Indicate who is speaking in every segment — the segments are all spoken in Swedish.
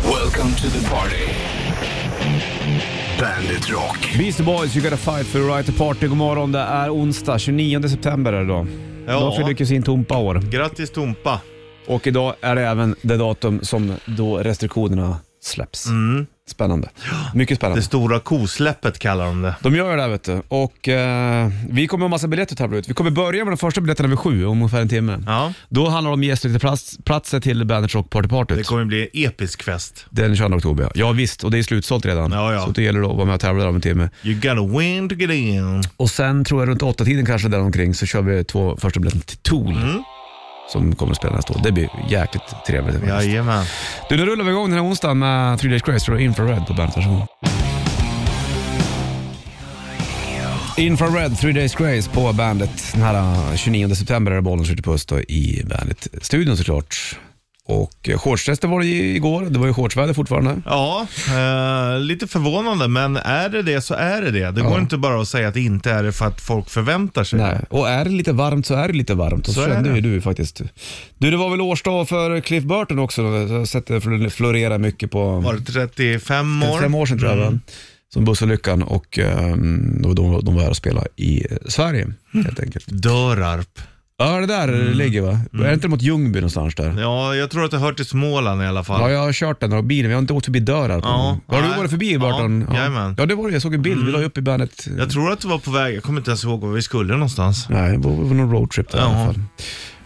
Speaker 1: Welcome to the party. Bandit Rock.
Speaker 2: Beastie Boys, you gotta fight for the right to party. God morgon, det är onsdag 29 september är det idag.
Speaker 3: Ja.
Speaker 2: Idag fyller kusin Tompa år.
Speaker 3: Grattis Tompa.
Speaker 2: Och idag är det även det datum som då restriktionerna släpps. Spännande. Mycket
Speaker 3: Mm. Det
Speaker 2: spännande.
Speaker 3: stora kosläppet kallar de det.
Speaker 2: De gör det här vet du. Och eh, vi kommer ha massa biljetter att tävla ut. Vi kommer börja med de första biljetterna vid sju, om ungefär en timme.
Speaker 3: Ja,
Speaker 2: Då handlar det om gästlitteplatser till Bandit Rock Party
Speaker 3: det
Speaker 2: Partyt.
Speaker 3: kommer bli episk fest.
Speaker 2: Den 22 oktober ja. ja visst, och det är slutsålt redan.
Speaker 3: Ja, ja.
Speaker 2: Så det gäller då att vara med och tävla där om en timme.
Speaker 3: You gotta win to get in.
Speaker 2: Och sen tror jag runt åtta tiden kanske däromkring så kör vi två första biljetter till Tool. Som kommer att spela nästa år. Det blir jäkligt trevligt. faktiskt.
Speaker 3: Jajamän.
Speaker 2: Du, nu rullar vi igång den här onsdagen med Three Days Grace och Infrared på bandet. Varsågod. Infrared, Three Days Grace på bandet. Den här eh, 29 september är det bollen skjuter puss då i bandet-studion såklart. Och eh, shortstester var det ju igår. Det var ju shortsväder fortfarande.
Speaker 3: Ja, eh, lite förvånande, men är det det så är det det. Det går inte bara att säga att det inte är det för att folk förväntar sig.
Speaker 2: Nej. Och är det lite varmt så är det lite varmt. Och så,
Speaker 3: Så är
Speaker 2: kände
Speaker 3: det.
Speaker 2: ju du faktiskt. Du, det var väl årsdag för Cliff Burton också. Jag har sett det fl- florera mycket på
Speaker 3: Var det Mm. 35 år?
Speaker 2: fem år sedan tror jag. va? Som bussolyckan och um, då, då, de var här och spelade i eh, Sverige
Speaker 3: Mm.
Speaker 2: helt enkelt.
Speaker 3: Dörarp.
Speaker 2: Ja, det där
Speaker 3: Mm.
Speaker 2: det ligger va? Är det inte mot Ljungby någonstans där?
Speaker 3: Ja, jag tror att det hör till Småland i alla fall.
Speaker 2: Ja, jag har kört den där och bilen, vi har inte åkt förbi dörrar. på
Speaker 3: Ja,
Speaker 2: den. har du
Speaker 3: nej.
Speaker 2: varit förbi Burton?
Speaker 3: Ja, jajamän.
Speaker 2: ja, det var det. Jag såg en bild, vi la ju upp i bandet. eh,
Speaker 3: Jag tror att det var på väg, jag kommer inte ens ihåg var vi skulle någonstans.
Speaker 2: Nej, det var var någon roadtrip där i alla
Speaker 3: Ja.
Speaker 2: fall.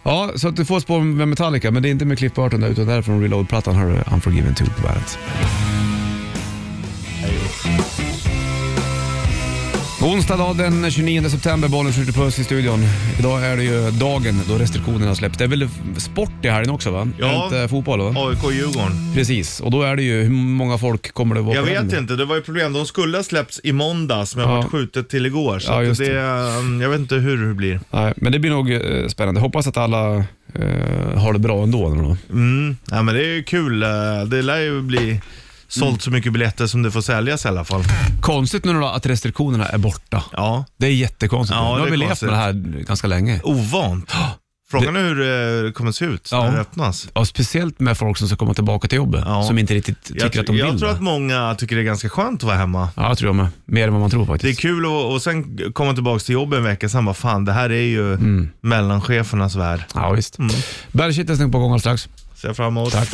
Speaker 2: Ja, så att du får spår med Metallica, men det är inte med Cliff Burton där, utan det är från Reload-plattan har du Unforgiven 2 på bandet. Onsdag dag den 29 september, bollen skjuter puss i studion. Idag är det ju dagen då restriktionerna släpps. Det är väl sport i helgen också va?
Speaker 3: Ja.
Speaker 2: Är det Inte fotboll va?
Speaker 3: AIK-Djurgården.
Speaker 2: Precis, och då är det ju, hur många folk kommer det vara
Speaker 3: Jag
Speaker 2: på
Speaker 3: vet
Speaker 2: den?
Speaker 3: inte, det var ju problem. De skulle ha släppts i måndags men
Speaker 2: Ja.
Speaker 3: vart skjutet till igår. Så
Speaker 2: Ja,
Speaker 3: att
Speaker 2: just
Speaker 3: det, mm, jag vet inte hur det blir.
Speaker 2: Nej, men det blir nog eh, spännande. Hoppas att alla eh, har det bra ändå. nu Då.
Speaker 3: Mm. Ja, men det är ju kul. eh, Det lär ju bli sålt så mycket biljetter som det får säljas i alla fall.
Speaker 2: Konstigt nu då att restriktionerna är borta.
Speaker 3: Ja,
Speaker 2: Det är jättekonstigt.
Speaker 3: Ja,
Speaker 2: nu
Speaker 3: det
Speaker 2: har
Speaker 3: är
Speaker 2: vi levt
Speaker 3: konstigt.
Speaker 2: med det här ganska länge.
Speaker 3: ovant. Frågan är hur eh, det kommer se ut när
Speaker 2: Ja.
Speaker 3: det öppnas.
Speaker 2: Ja, speciellt med folk som ska komma tillbaka till jobbet,
Speaker 3: Ja.
Speaker 2: som inte riktigt tycker
Speaker 3: Jag,
Speaker 2: att de
Speaker 3: tr- jag
Speaker 2: vill
Speaker 3: tror
Speaker 2: det.
Speaker 3: att många tycker det är ganska skönt att vara hemma.
Speaker 2: Ja, jag tror jag med. Mer än vad man tror
Speaker 3: Det är
Speaker 2: faktiskt.
Speaker 3: kul att och sen komma tillbaka till jobbet en vecka sen bara fan det här är ju
Speaker 2: Mm.
Speaker 3: mellanchefernas värld.
Speaker 2: Ja, visst. Mm. Bergkittelsen på gång alldeles strax.
Speaker 3: Ser jag fram emot.
Speaker 2: Tack.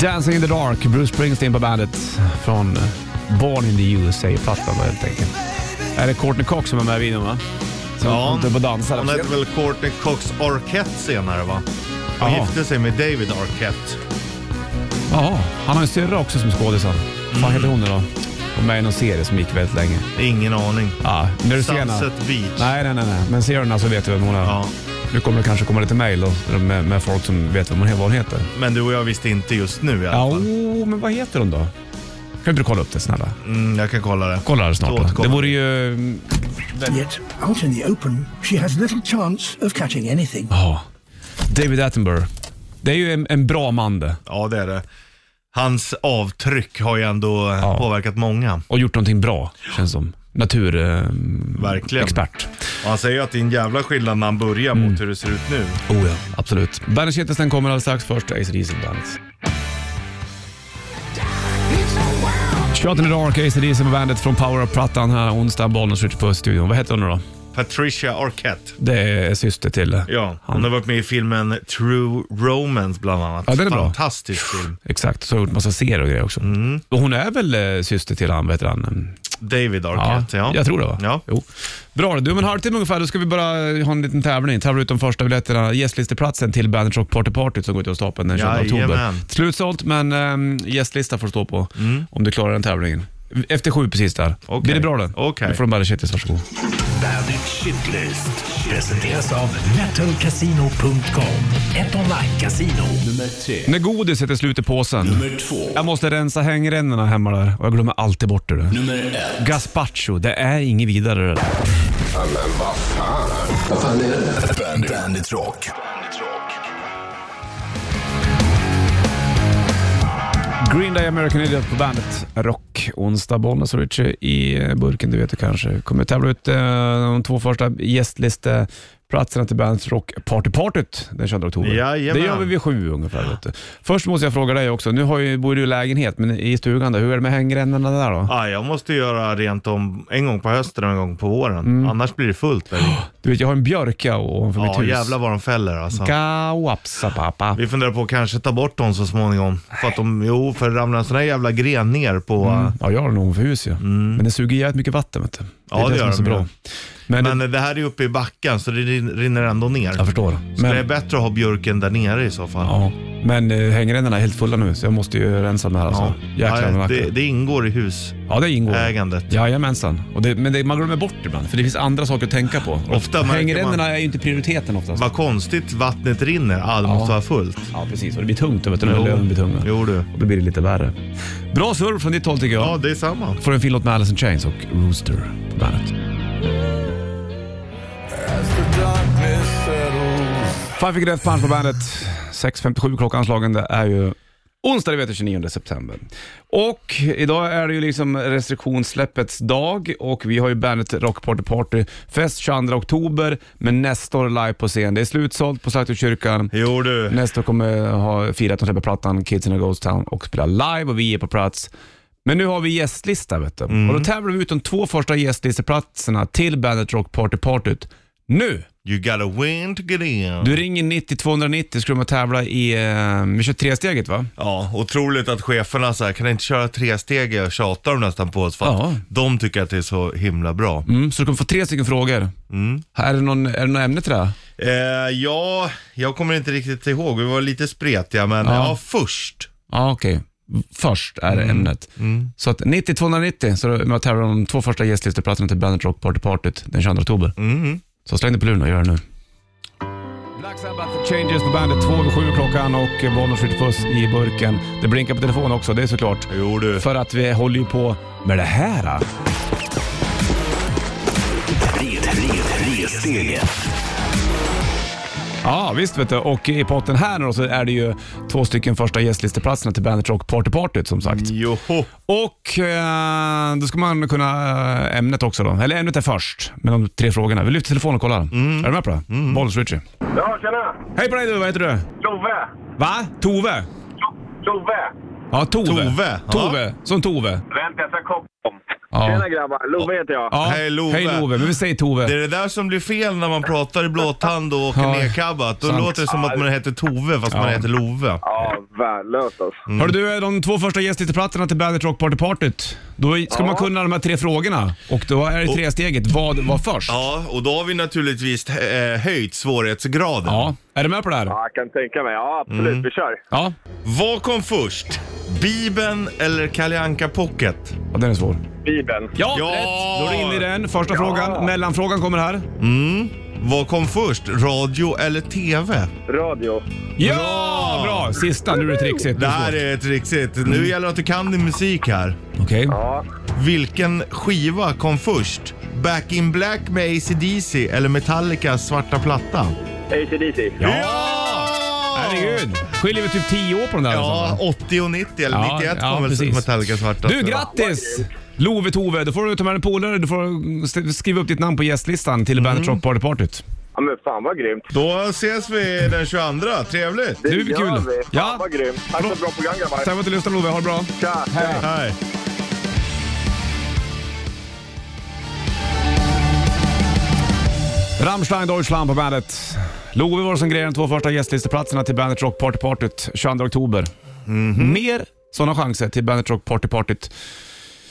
Speaker 2: Dancing in the dark, Bruce Springsteen på bandet från Born in the USA-plattan då, helt enkelt. Är det Courtney Cox som är med i videon va? Som
Speaker 3: Ja.
Speaker 2: håller på och dansar.
Speaker 3: Hon heter väl Courtney Cox Arquette senare va? Hon
Speaker 2: Jaha.
Speaker 3: gifte sig med David Arquette.
Speaker 2: Jaha, han har en syrra också som skådisar. Vad
Speaker 3: Mm.
Speaker 2: fan heter hon nu då? Hon var med i någon serie som gick väldigt länge.
Speaker 3: Ingen aning.
Speaker 2: Ja, när du ser henne.
Speaker 3: Sunset Beach.
Speaker 2: Nej, nej, nej, nej. Men ser du henne så vet du vem hon är.
Speaker 3: Ja.
Speaker 2: Nu kommer det kanske komma lite mejl då, med, med folk som vet vem hon, vad hon heter.
Speaker 3: Men du och jag visste inte just nu i alla
Speaker 2: Ja,
Speaker 3: fall.
Speaker 2: oh, men vad heter hon då? Kan inte du kolla upp det snälla?
Speaker 3: Mm, jag kan kolla det.
Speaker 2: Kolla det
Speaker 3: Då
Speaker 2: snart. då.
Speaker 3: återkommer
Speaker 2: Det vore
Speaker 3: vi.
Speaker 2: ju...
Speaker 4: Yet, out in the open, she has little chance of catching anything.
Speaker 2: Ja. David Attenborough. Det är ju en, en bra man det.
Speaker 3: Ja, det är det. Hans avtryck har ju ändå eh,
Speaker 2: Ja.
Speaker 3: påverkat många.
Speaker 2: Och gjort någonting bra, känns som. Naturexpert.
Speaker 3: Verkligen.
Speaker 2: Eh, expert.
Speaker 3: Och han säger ju att det är en jävla skillnad när han börjar
Speaker 2: Mm.
Speaker 3: mot hur det ser ut nu.
Speaker 2: oh ja, absolut. Bandage Kittelsen kommer alldeles strax. Först Ace Diesel Bandet. Shot in the Dark, Ace Diesel på bandet från Power Up-plattan här onsdag. Bollen skjuter på studion. Vad heter hon nu då?
Speaker 3: Patricia Arquette.
Speaker 2: Det är syster till...
Speaker 3: Ja,
Speaker 2: Han.
Speaker 3: hon har varit med i filmen True Romance bland annat.
Speaker 2: Ja, den är bra.
Speaker 3: Fantastisk film.
Speaker 2: Exakt, så har hon gjort massa serier och grejer också. Och hon är väl eh, syster till han, vad heter han?
Speaker 3: David Arquette, ja.
Speaker 2: Jag tror det va?
Speaker 3: Ja.
Speaker 2: Jo. Bra du, om en halvtimme ungefär då ska vi bara eh, ha en liten tävling. Tävla ut de första biljetterna, gästlisteplatsen till Bandit Rock Party Party som går ut av stapeln den 20 oktober.
Speaker 3: Jajamän. Mm.
Speaker 2: Slutsålt men um, gästlista får stå på om du klarar den tävlingen. Efter sju precis där.
Speaker 3: Okej.
Speaker 2: Blir det bra då?
Speaker 3: Okej.
Speaker 2: Då får de bara shitlist, varsågod.
Speaker 1: Bandit Shitlist.
Speaker 5: Presenteras av metalcasino.com. Ett online-casino.
Speaker 1: Nummer tre.
Speaker 2: När godis heter slut i påsen.
Speaker 1: Nummer två.
Speaker 2: Jag måste rensa hängrännorna hemma där och jag glömmer alltid bort det. du.
Speaker 1: Nummer ett.
Speaker 2: Gazpacho, det är inget vidare det där.
Speaker 1: Bandit, Bandit Rock. Bandit Rock.
Speaker 2: Green Day American Idiot på bandet Rock. Onsdag, Bollnäs och Richie i eh, burken, du vet du kanske. Kommer tävla ut eh, de två första gästlisteplatserna platserna till Bandits Rock Partypartyt den 22 oktober.
Speaker 3: Jajamän.
Speaker 2: Det gör vi vid sju ungefär. Vet du. Först måste jag fråga dig också, nu har ju, bor du i lägenhet, men i stugan då, hur är det med hängrännorna där då?
Speaker 3: Ja, Ah, jag måste göra rent om en gång på hösten och en gång på våren.
Speaker 2: Mm.
Speaker 3: Annars blir det fullt. Där. i.
Speaker 2: Du vet, jag har en björka ovanför mitt
Speaker 3: Ja,
Speaker 2: hus.
Speaker 3: jävlar vad de fäller alltså.
Speaker 2: Kawapsa pappa.
Speaker 3: Vi funderar på att kanske ta bort dem så småningom. För att de, jo, för ramlar en sån här jävla gren ner på... eh,
Speaker 2: Ja, jag har den ovanför hus ja. Men den suger jävligt mycket vatten vet du.
Speaker 3: Mm. Ja, det gör
Speaker 2: som är så
Speaker 3: den,
Speaker 2: bra.
Speaker 3: ja.
Speaker 2: Men,
Speaker 3: Men eh, det här är ju uppe i backen så det rin- rinner ändå ner.
Speaker 2: jag förstår.
Speaker 3: Så det är
Speaker 2: Men,
Speaker 3: bättre att ha björken där nere i så fall.
Speaker 2: ja. men eh, hängrännorna är helt fulla nu, så jag måste ju rensa med här alltså. Jäklar vad
Speaker 3: Nej,
Speaker 2: vackert.
Speaker 3: det, det ingår i husägandet.
Speaker 2: Ja, det ingår. Jajamensan. Och det, men det, man glömmer bort ibland, för det finns andra saker att tänka på. Och
Speaker 3: Ofta märker
Speaker 2: Hängrännorna
Speaker 3: man-
Speaker 2: är ju inte prioriteten oftast.
Speaker 3: Vad konstigt vattnet rinner. Ja, det måste vara fullt.
Speaker 2: Ja, precis. Och det blir tungt, vet du, när löven blir tunga.
Speaker 3: jo du.
Speaker 2: Och då blir det lite värre. Bra surf från ditt håll tycker jag.
Speaker 3: Ja, det är samma.
Speaker 2: Får en fin låt med Alice in Chains och Rooster på bandet. Five Finger Death Punch på bandet. 6.57 klockanslagen. Det är ju onsdag, det vet du, 29 september. Och idag är det ju liksom restriktionssläppets dag och vi har ju bandet Rock Party Party fest 22 oktober med Nestor live på scen. Det är slutsålt på Slakthuskyrkan.
Speaker 3: Jo du.
Speaker 2: Nästa år kommer jag ha firat att de släpper plattan Kids in a Ghost Town och spela live och vi är på plats. Men nu har vi gästlista vet du. Och då tävlar vi ut de två första gästlisteplatserna till Bandet Rock Party Partyt nu.
Speaker 3: You gotta win to get in.
Speaker 2: Du ringer 90 290 ska de tävla i, eh, vi kör tresteget va?
Speaker 3: Ja, otroligt att cheferna så här, kan ni inte köra trestegiga och tjatar de nästan på oss för att
Speaker 2: Ja.
Speaker 3: de tycker att det är så himla bra.
Speaker 2: Mm, så du kommer få tre stycken frågor. Här Är, det någon, är det något ämne till det? här?
Speaker 3: Eh, ja, jag kommer inte riktigt ihåg, vi var lite spretiga men ja, först.
Speaker 2: Ja okej. Först är det ämnet. Så att 90 290 så är jag tävlar om de två första gästlisteplatserna till Bandet Rock Party Partyt den 22 oktober.
Speaker 3: Mm.
Speaker 2: Så släng dig på luren och gör det nu. Black Sabbath Changes på bandet, 2 över 7 klockan och Bonniers Puss i burken. Det blinkar på telefonen också, det är såklart.
Speaker 3: Jo du.
Speaker 2: För att vi håller ju på med det här.
Speaker 1: Tre, tre, tre steget.
Speaker 2: Ja, visst vet du. Och i potten här nu då så är det ju två stycken första gästlisteplatserna till Bandet Rock Party Party som sagt.
Speaker 3: Joho.
Speaker 2: Och eh, då ska man kunna eh, ämnet också då. Eller ämnet är först, med de tre frågorna. Vi lyfter telefonen och kollar. Är du med på det? Mm. Bollnäs Richie.
Speaker 6: Ja, tjena!
Speaker 2: Hej på dig du, vad heter du?
Speaker 6: Tove!
Speaker 2: Va? Tove?
Speaker 6: To- Tove!
Speaker 2: Ja, Tove.
Speaker 3: Tove, ja.
Speaker 2: Tove. Som Tove.
Speaker 6: Vänta, jag ska koppla om.
Speaker 2: Ja.
Speaker 6: Tjena grabbar, Love heter jag.
Speaker 2: Ja.
Speaker 3: Hej, Love.
Speaker 2: Hej Love, men vi säger Tove.
Speaker 3: Det är det där som blir fel när man pratar i blåtand och åker
Speaker 2: Ja.
Speaker 3: nedcabbat. Då
Speaker 2: Sant.
Speaker 3: låter det som att man heter Tove fast man heter Love.
Speaker 6: Ja, värdelöst alltså.
Speaker 2: Mm. Hörru du, de två första gästlisteplattorna till Bandet Rock Party Partyt. Då ska man kunna de här tre frågorna och då är det tre steget. Vad var först?
Speaker 3: Ja, och då har vi naturligtvis eh, höjt svårighetsgraden.
Speaker 2: Ja. Är du med på det här?
Speaker 6: Ja, jag kan tänka mig. Ja, absolut.
Speaker 2: Mm.
Speaker 6: Vi kör.
Speaker 2: Ja.
Speaker 3: Vad kom först? Bibeln eller Kalle Anka Pocket?
Speaker 2: ja den är svår.
Speaker 6: Bibeln.
Speaker 2: Ja,
Speaker 3: Ja!
Speaker 2: rätt! Då är du inne i den. Första frågan. Mellanfrågan kommer här.
Speaker 3: Vad kom först? Radio eller TV?
Speaker 6: Radio.
Speaker 2: Ja! Bra! Sista. Nu är det trixigt. Det
Speaker 3: Det
Speaker 2: är
Speaker 3: här
Speaker 2: svårt. Mm.
Speaker 3: är ett riktigt. Nu gäller det att du kan din musik här.
Speaker 2: Okej.
Speaker 6: Ja.
Speaker 3: Vilken skiva kom först? Back in Black med AC/DC eller Metallicas Svarta Platta?
Speaker 6: ACDC.
Speaker 2: Herregud. Skiljer vi typ 10 år på den där
Speaker 3: Ja,
Speaker 2: alltså.
Speaker 3: 80 och 90 eller
Speaker 2: Ja,
Speaker 3: 91
Speaker 2: ja,
Speaker 3: kom väl
Speaker 2: precis.
Speaker 3: Metallica Svarta.
Speaker 2: Du, grattis! Love Tove, då får du ta med en polare. Du får st- skriva upp ditt namn på gästlistan till Bandet Rock Party Partyt.
Speaker 6: Ja, men fan vad grymt.
Speaker 3: Då ses vi den 22. Trevligt!
Speaker 2: Det blir
Speaker 6: gör
Speaker 2: kul.
Speaker 6: vi. Fan
Speaker 2: Ja.
Speaker 6: vad grymt. Tack för ett bra program grabbar.
Speaker 2: Tack för att du lyssnade Love, ha det bra.
Speaker 6: Tja, tja.
Speaker 3: Hej!
Speaker 2: Rammstein Deutschland på bandet. Love var som grejer de två första gästlisteplatserna till Bandet Rock Party Partyt 22 oktober.
Speaker 3: Mhm.
Speaker 2: Mer sådana chanser till Bandet Rock Party Partyt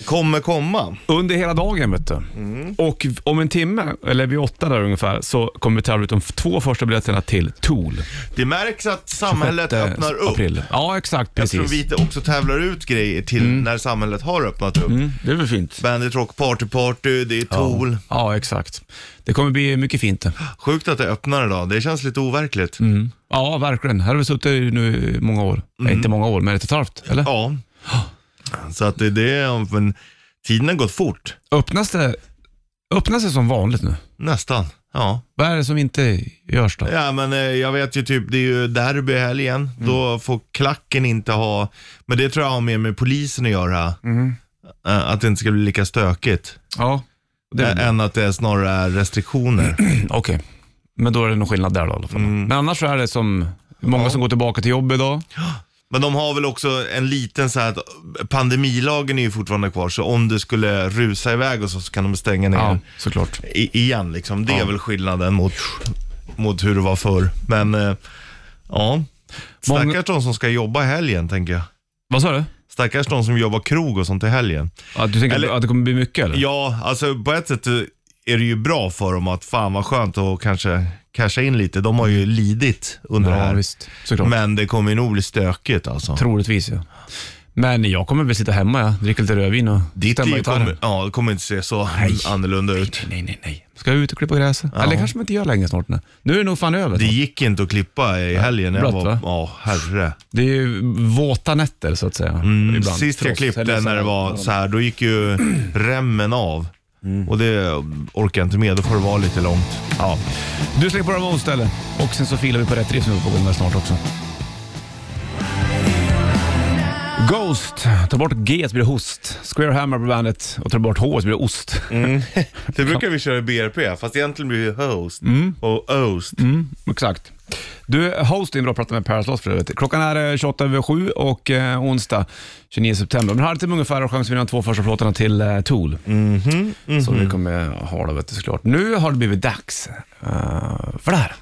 Speaker 3: Kommer komma.
Speaker 2: under hela dagen vet du.
Speaker 3: Mhm.
Speaker 2: Och v- om en timme, eller vid åtta där ungefär, så kommer vi tävla ut de f- två första biljetterna till Tool.
Speaker 3: Det märks att samhället
Speaker 2: 6
Speaker 3: öppnar upp.
Speaker 2: April. Ja, exakt.
Speaker 3: Jag
Speaker 2: Precis.
Speaker 3: tror vi också tävlar ut grejer till när samhället har öppnat upp.
Speaker 2: Mm, det är väl fint.
Speaker 3: Bandit Rock Party Party, det är Tool.
Speaker 2: Ja, exakt. Det kommer bli mycket fint. det.
Speaker 3: Sjukt att det öppnar idag, det känns lite overkligt.
Speaker 2: Mm. Ja, verkligen. Här har vi suttit nu i många år. Nej, inte många år, men ett och ett halvt, eller?
Speaker 3: Mm. Ja. Så att det, det är, men tiden har gått fort.
Speaker 2: Öppnas det, öppnas det som vanligt nu?
Speaker 3: Nästan. Ja.
Speaker 2: Vad är det som inte görs då?
Speaker 3: ja, men eh, jag vet ju typ, det är ju derby i helgen.
Speaker 2: Mm.
Speaker 3: Då får klacken inte ha, men det tror jag har mer med polisen att göra.
Speaker 2: Mm.
Speaker 3: Eh, Att det inte ska bli lika stökigt. Eh,
Speaker 2: Ja, det är
Speaker 3: Ä- Än att det snarare är restriktioner.
Speaker 2: okej. Men då är det någon skillnad där då i alla fall.
Speaker 3: Mm.
Speaker 2: Men annars så är det som många som går tillbaka till jobb idag.
Speaker 3: Men de har väl också en liten så här att pandemilagen är ju fortfarande kvar, så om du skulle rusa iväg och så, så kan de stänga ner
Speaker 2: Ja, såklart.
Speaker 3: i, igen liksom. Det är väl skillnaden mot, mot hur det var förr. Men eh, ja,
Speaker 2: Många-
Speaker 3: stackars de som ska jobba i helgen tänker jag.
Speaker 2: Vad sa du?
Speaker 3: Stackars de som jobbar krog och sånt i helgen.
Speaker 2: Att du tänker
Speaker 3: Eller-
Speaker 2: att det kommer bli mycket eller?
Speaker 3: Ja, alltså på ett sätt eh, är det ju bra för dem att fan vad skönt att kanske casha in lite. De har ju lidit under det
Speaker 2: ja
Speaker 3: här.
Speaker 2: visst. Såklart.
Speaker 3: Men det kommer ju nog bli stökigt alltså.
Speaker 2: Troligtvis ja. Men jag kommer väl sitta hemma, ja. dricka lite rödvin och
Speaker 3: Ditt
Speaker 2: stämma
Speaker 3: liv
Speaker 2: gitarren.
Speaker 3: kommer, ja, det kommer inte se så annorlunda ut.
Speaker 2: Nej, nej, nej. Ska jag ut och klippa gräset? Eller kanske man inte gör längre snart. Nu, nu är det nog fan över.
Speaker 3: Det
Speaker 2: Det,
Speaker 3: gick inte att klippa i helgen. när Jag
Speaker 2: Blött,
Speaker 3: var,
Speaker 2: va?
Speaker 3: ja, herre.
Speaker 2: det är ju våta nätter så att säga.
Speaker 3: Mm,
Speaker 2: ibland.
Speaker 3: Sist jag
Speaker 2: Trots-
Speaker 3: klippte
Speaker 2: eller så-
Speaker 3: när det var så här, då gick ju remmen av. Och det orkar jag inte med, då får det vara lite långt. Ja.
Speaker 2: Du slänger på Ramones ställe. Och sen så filar vi på rätt riff som är på gång här snart också. Ghost. Ta bort G så blir det host. Square Hammer på bandet och tar bort H så blir det ost.
Speaker 3: Det brukar vi köra i BRP, fast egentligen blir det host och host.
Speaker 2: Exakt. Du, host är en bra prata med Per Sloss för övrigt. Klockan är eh, 28 över 7 och eh, onsdag 29 september. Om en halvtimme ungefär har chans vinna de två första plåtarna till eh, Tool. Så vi kommer ha det vet du, såklart. Nu har det blivit dags eh, för det här.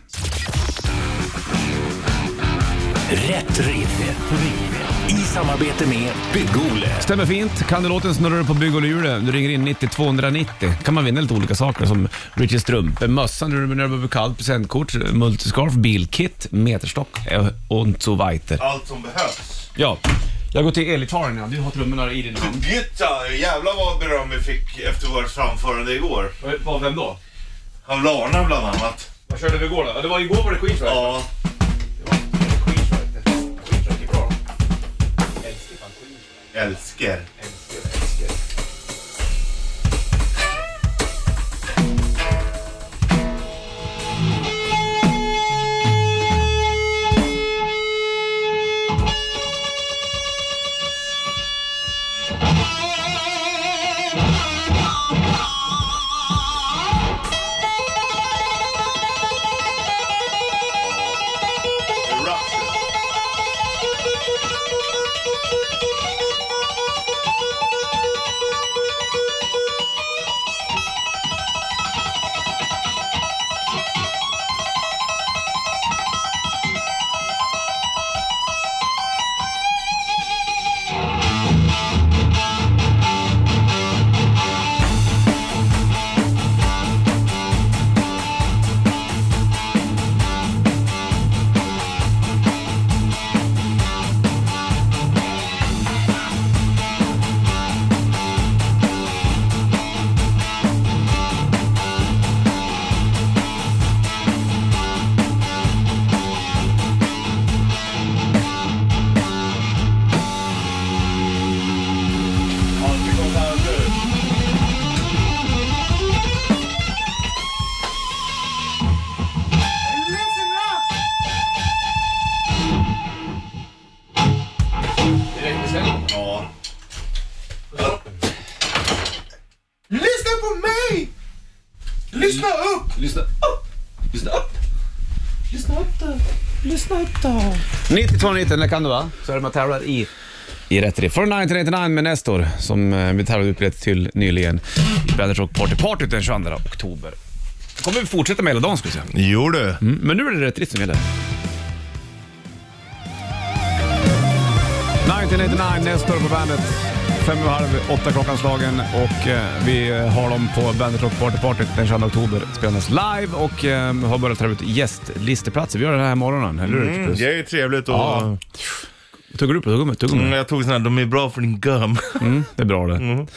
Speaker 5: Rätt riff. Rätt riff. I samarbete med Bygg-Ole.
Speaker 2: Stämmer fint. Kan du låten snurrar du på bygg och hjulet. Du ringer in 90 290. kan man vinna lite olika saker som Richie Strumpe, mössa när det börjar bli kallt, presentkort, multiscarf, bilkit, meterstock eh, och så vidare.
Speaker 3: Allt som behövs.
Speaker 2: Ja, jag går till elgitarren. ja. Du har trummorna i din hand.
Speaker 3: Gitta, jävlar vad beröm vi fick efter vårt framförande igår.
Speaker 2: Av vem då?
Speaker 3: Av Larna bland annat.
Speaker 2: Vad körde vi igår då? Det var igår var det Queens right?
Speaker 3: Ja. Älskar. Eruption. Allt går down nu. Ja. Lyssna på mig! Lyssna upp!
Speaker 2: Lyssna upp! Lyssna upp! Lyssna upp då! Lyssna upp då! 9290, det kan du va? Så är det man tävlar i. I rätt riff. Från 1999 med Nestor som eh, vi tävlade ut biljetter till nyligen i Bandage Rock Party Party den 22 oktober. Det kommer vi fortsätta med hela dagen skulle jag säga.
Speaker 3: Jo du.
Speaker 2: Mm, men nu är det rätt riff som gäller. 1999, Nestor på bandet. Fem och halv åtta klockan slagen och eh, vi har dem på Bandet Rock Party Party den 22 oktober. Spelas live och eh, har börjat ta ut gästlisteplatser. Vi gör det här morgonen, eller hur?
Speaker 3: Mm,
Speaker 2: Express?
Speaker 3: det är ju trevligt och...
Speaker 2: Ja. Tuggar du på tuggummit? Tuggummi?
Speaker 3: Mm, jag tog sån här, de är bra för din gum.
Speaker 2: Mm, det är bra det.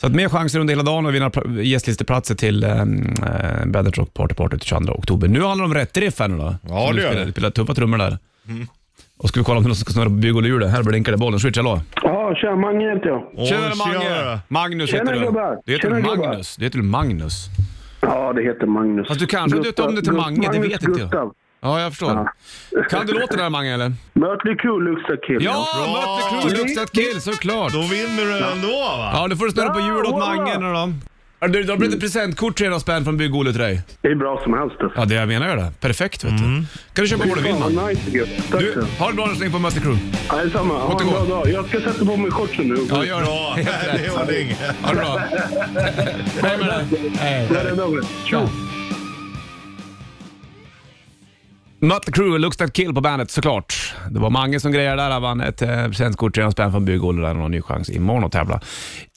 Speaker 2: Så att mer chanser under hela dagen att vinna pl- gästlisteplatser till um, uh, Bandet Rock Party Party till 22 oktober. Nu handlar det om rätt riff här nu då.
Speaker 3: Ja,
Speaker 2: Som du
Speaker 3: det gör
Speaker 2: spelar,
Speaker 3: det. Mm.
Speaker 2: Du spelar tuffa trummor där. Och ska vi kolla om det är någon som ska snurra på bygghjulet. Här blinkar det bollen. Switch, hallå.
Speaker 7: Ja, tja, Mange heter jag.
Speaker 3: Åh,
Speaker 2: Tjena Mange! Magnus
Speaker 7: Tjena,
Speaker 2: heter du.
Speaker 7: gubbar.
Speaker 2: Du heter
Speaker 7: Tjena, gubbar.
Speaker 2: Magnus. Du heter väl Magnus.
Speaker 7: Ja, det heter Magnus.
Speaker 2: Fast du kanske döpt om det till
Speaker 7: Gust-
Speaker 2: Mange, det
Speaker 7: Magnus
Speaker 2: vet inte jag.
Speaker 7: Gustav.
Speaker 2: Ja, jag förstår. Kan du låten där Mange eller?
Speaker 7: Mötley Crew looks like him.
Speaker 2: Ja, mötte Crew, Luxat Kill, såklart.
Speaker 3: Då vinner du ändå va?
Speaker 2: Ja, nu får du snurra på hjulet åt
Speaker 7: Ja,
Speaker 2: Mange nu då. Du, det har blivit ett presentkort, 300 spänn från Bygg-Olle till dig.
Speaker 7: Det är bra som helst. alltså.
Speaker 2: Ja, det jag menar jag det. Perfekt vet du. kan du köpa vad du vill
Speaker 7: Fan
Speaker 2: man.
Speaker 7: vad nice gött. Tack
Speaker 2: Du,
Speaker 7: så.
Speaker 2: ha det bra älskling på Master Crew.
Speaker 7: Ja, Detsamma. Ha en
Speaker 2: Återgå.
Speaker 7: bra dag. Jag ska sätta på mig shortsen nu.
Speaker 2: Ja, gör det.
Speaker 3: Härlig ordning.
Speaker 2: Ha det bra. eh, Hej med dig. Hej.
Speaker 7: Där är numret. Tjo!
Speaker 2: Mötley Crüe, Looks That Kill på bandet såklart. Det var Mange som grejade där. Han vann ett eh, presentkort, 300 spänn från Bygg-Olle. Han har en ny chans imorgon att tävla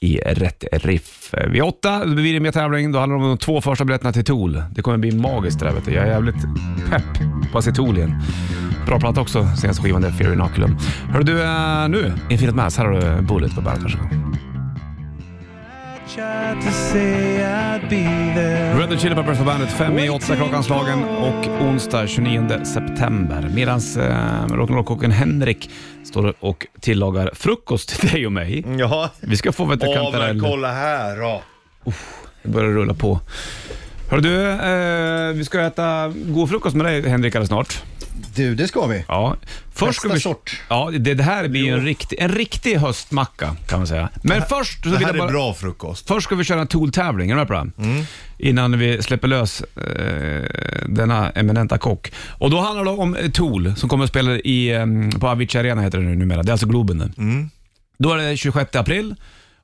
Speaker 2: i Rätt Riff. Eh, Vid åtta då blir det mer tävling. Då handlar det om de två första biljetterna till Tool. Det kommer bli magiskt det där vet du. Jag är jävligt pepp på att se Tool igen. Bra platta också, senaste skivan där, Fear Inoculum. Hör du, eh, nu, Infinite Mass. Här har du Bullet på bandet, varsågod. Red Hot Chili Peppers på bandet, fem i åtta klockanslagen och onsdag 29 september. Medan eh, rock'n'roll-kocken Henrik står och tillagar frukost till dig och mig.
Speaker 3: Ja.
Speaker 2: Vi ska få
Speaker 3: Åh, men
Speaker 2: vetekantareller.
Speaker 3: kolla här då.
Speaker 2: Det börjar rulla på. Hör du, eh, vi ska äta god frukost med dig Henrik alldeles snart.
Speaker 8: Du, det ska vi.
Speaker 2: Ja. Först
Speaker 8: Bästa sort.
Speaker 2: Ja, det, det här blir ju en riktig, en riktig höstmacka kan man säga. Men först så
Speaker 3: Det
Speaker 2: vill
Speaker 3: här
Speaker 2: jag bara...
Speaker 3: är bra frukost.
Speaker 2: Först ska vi köra en Tool-tävling, är du med på det? Innan vi släpper lös eh, denna eminenta kock. Och då handlar det om eh, Tool som kommer att spela i, eh, på Avicii Arena heter det nu numera. Det är alltså Globen nu. Då är det 26 april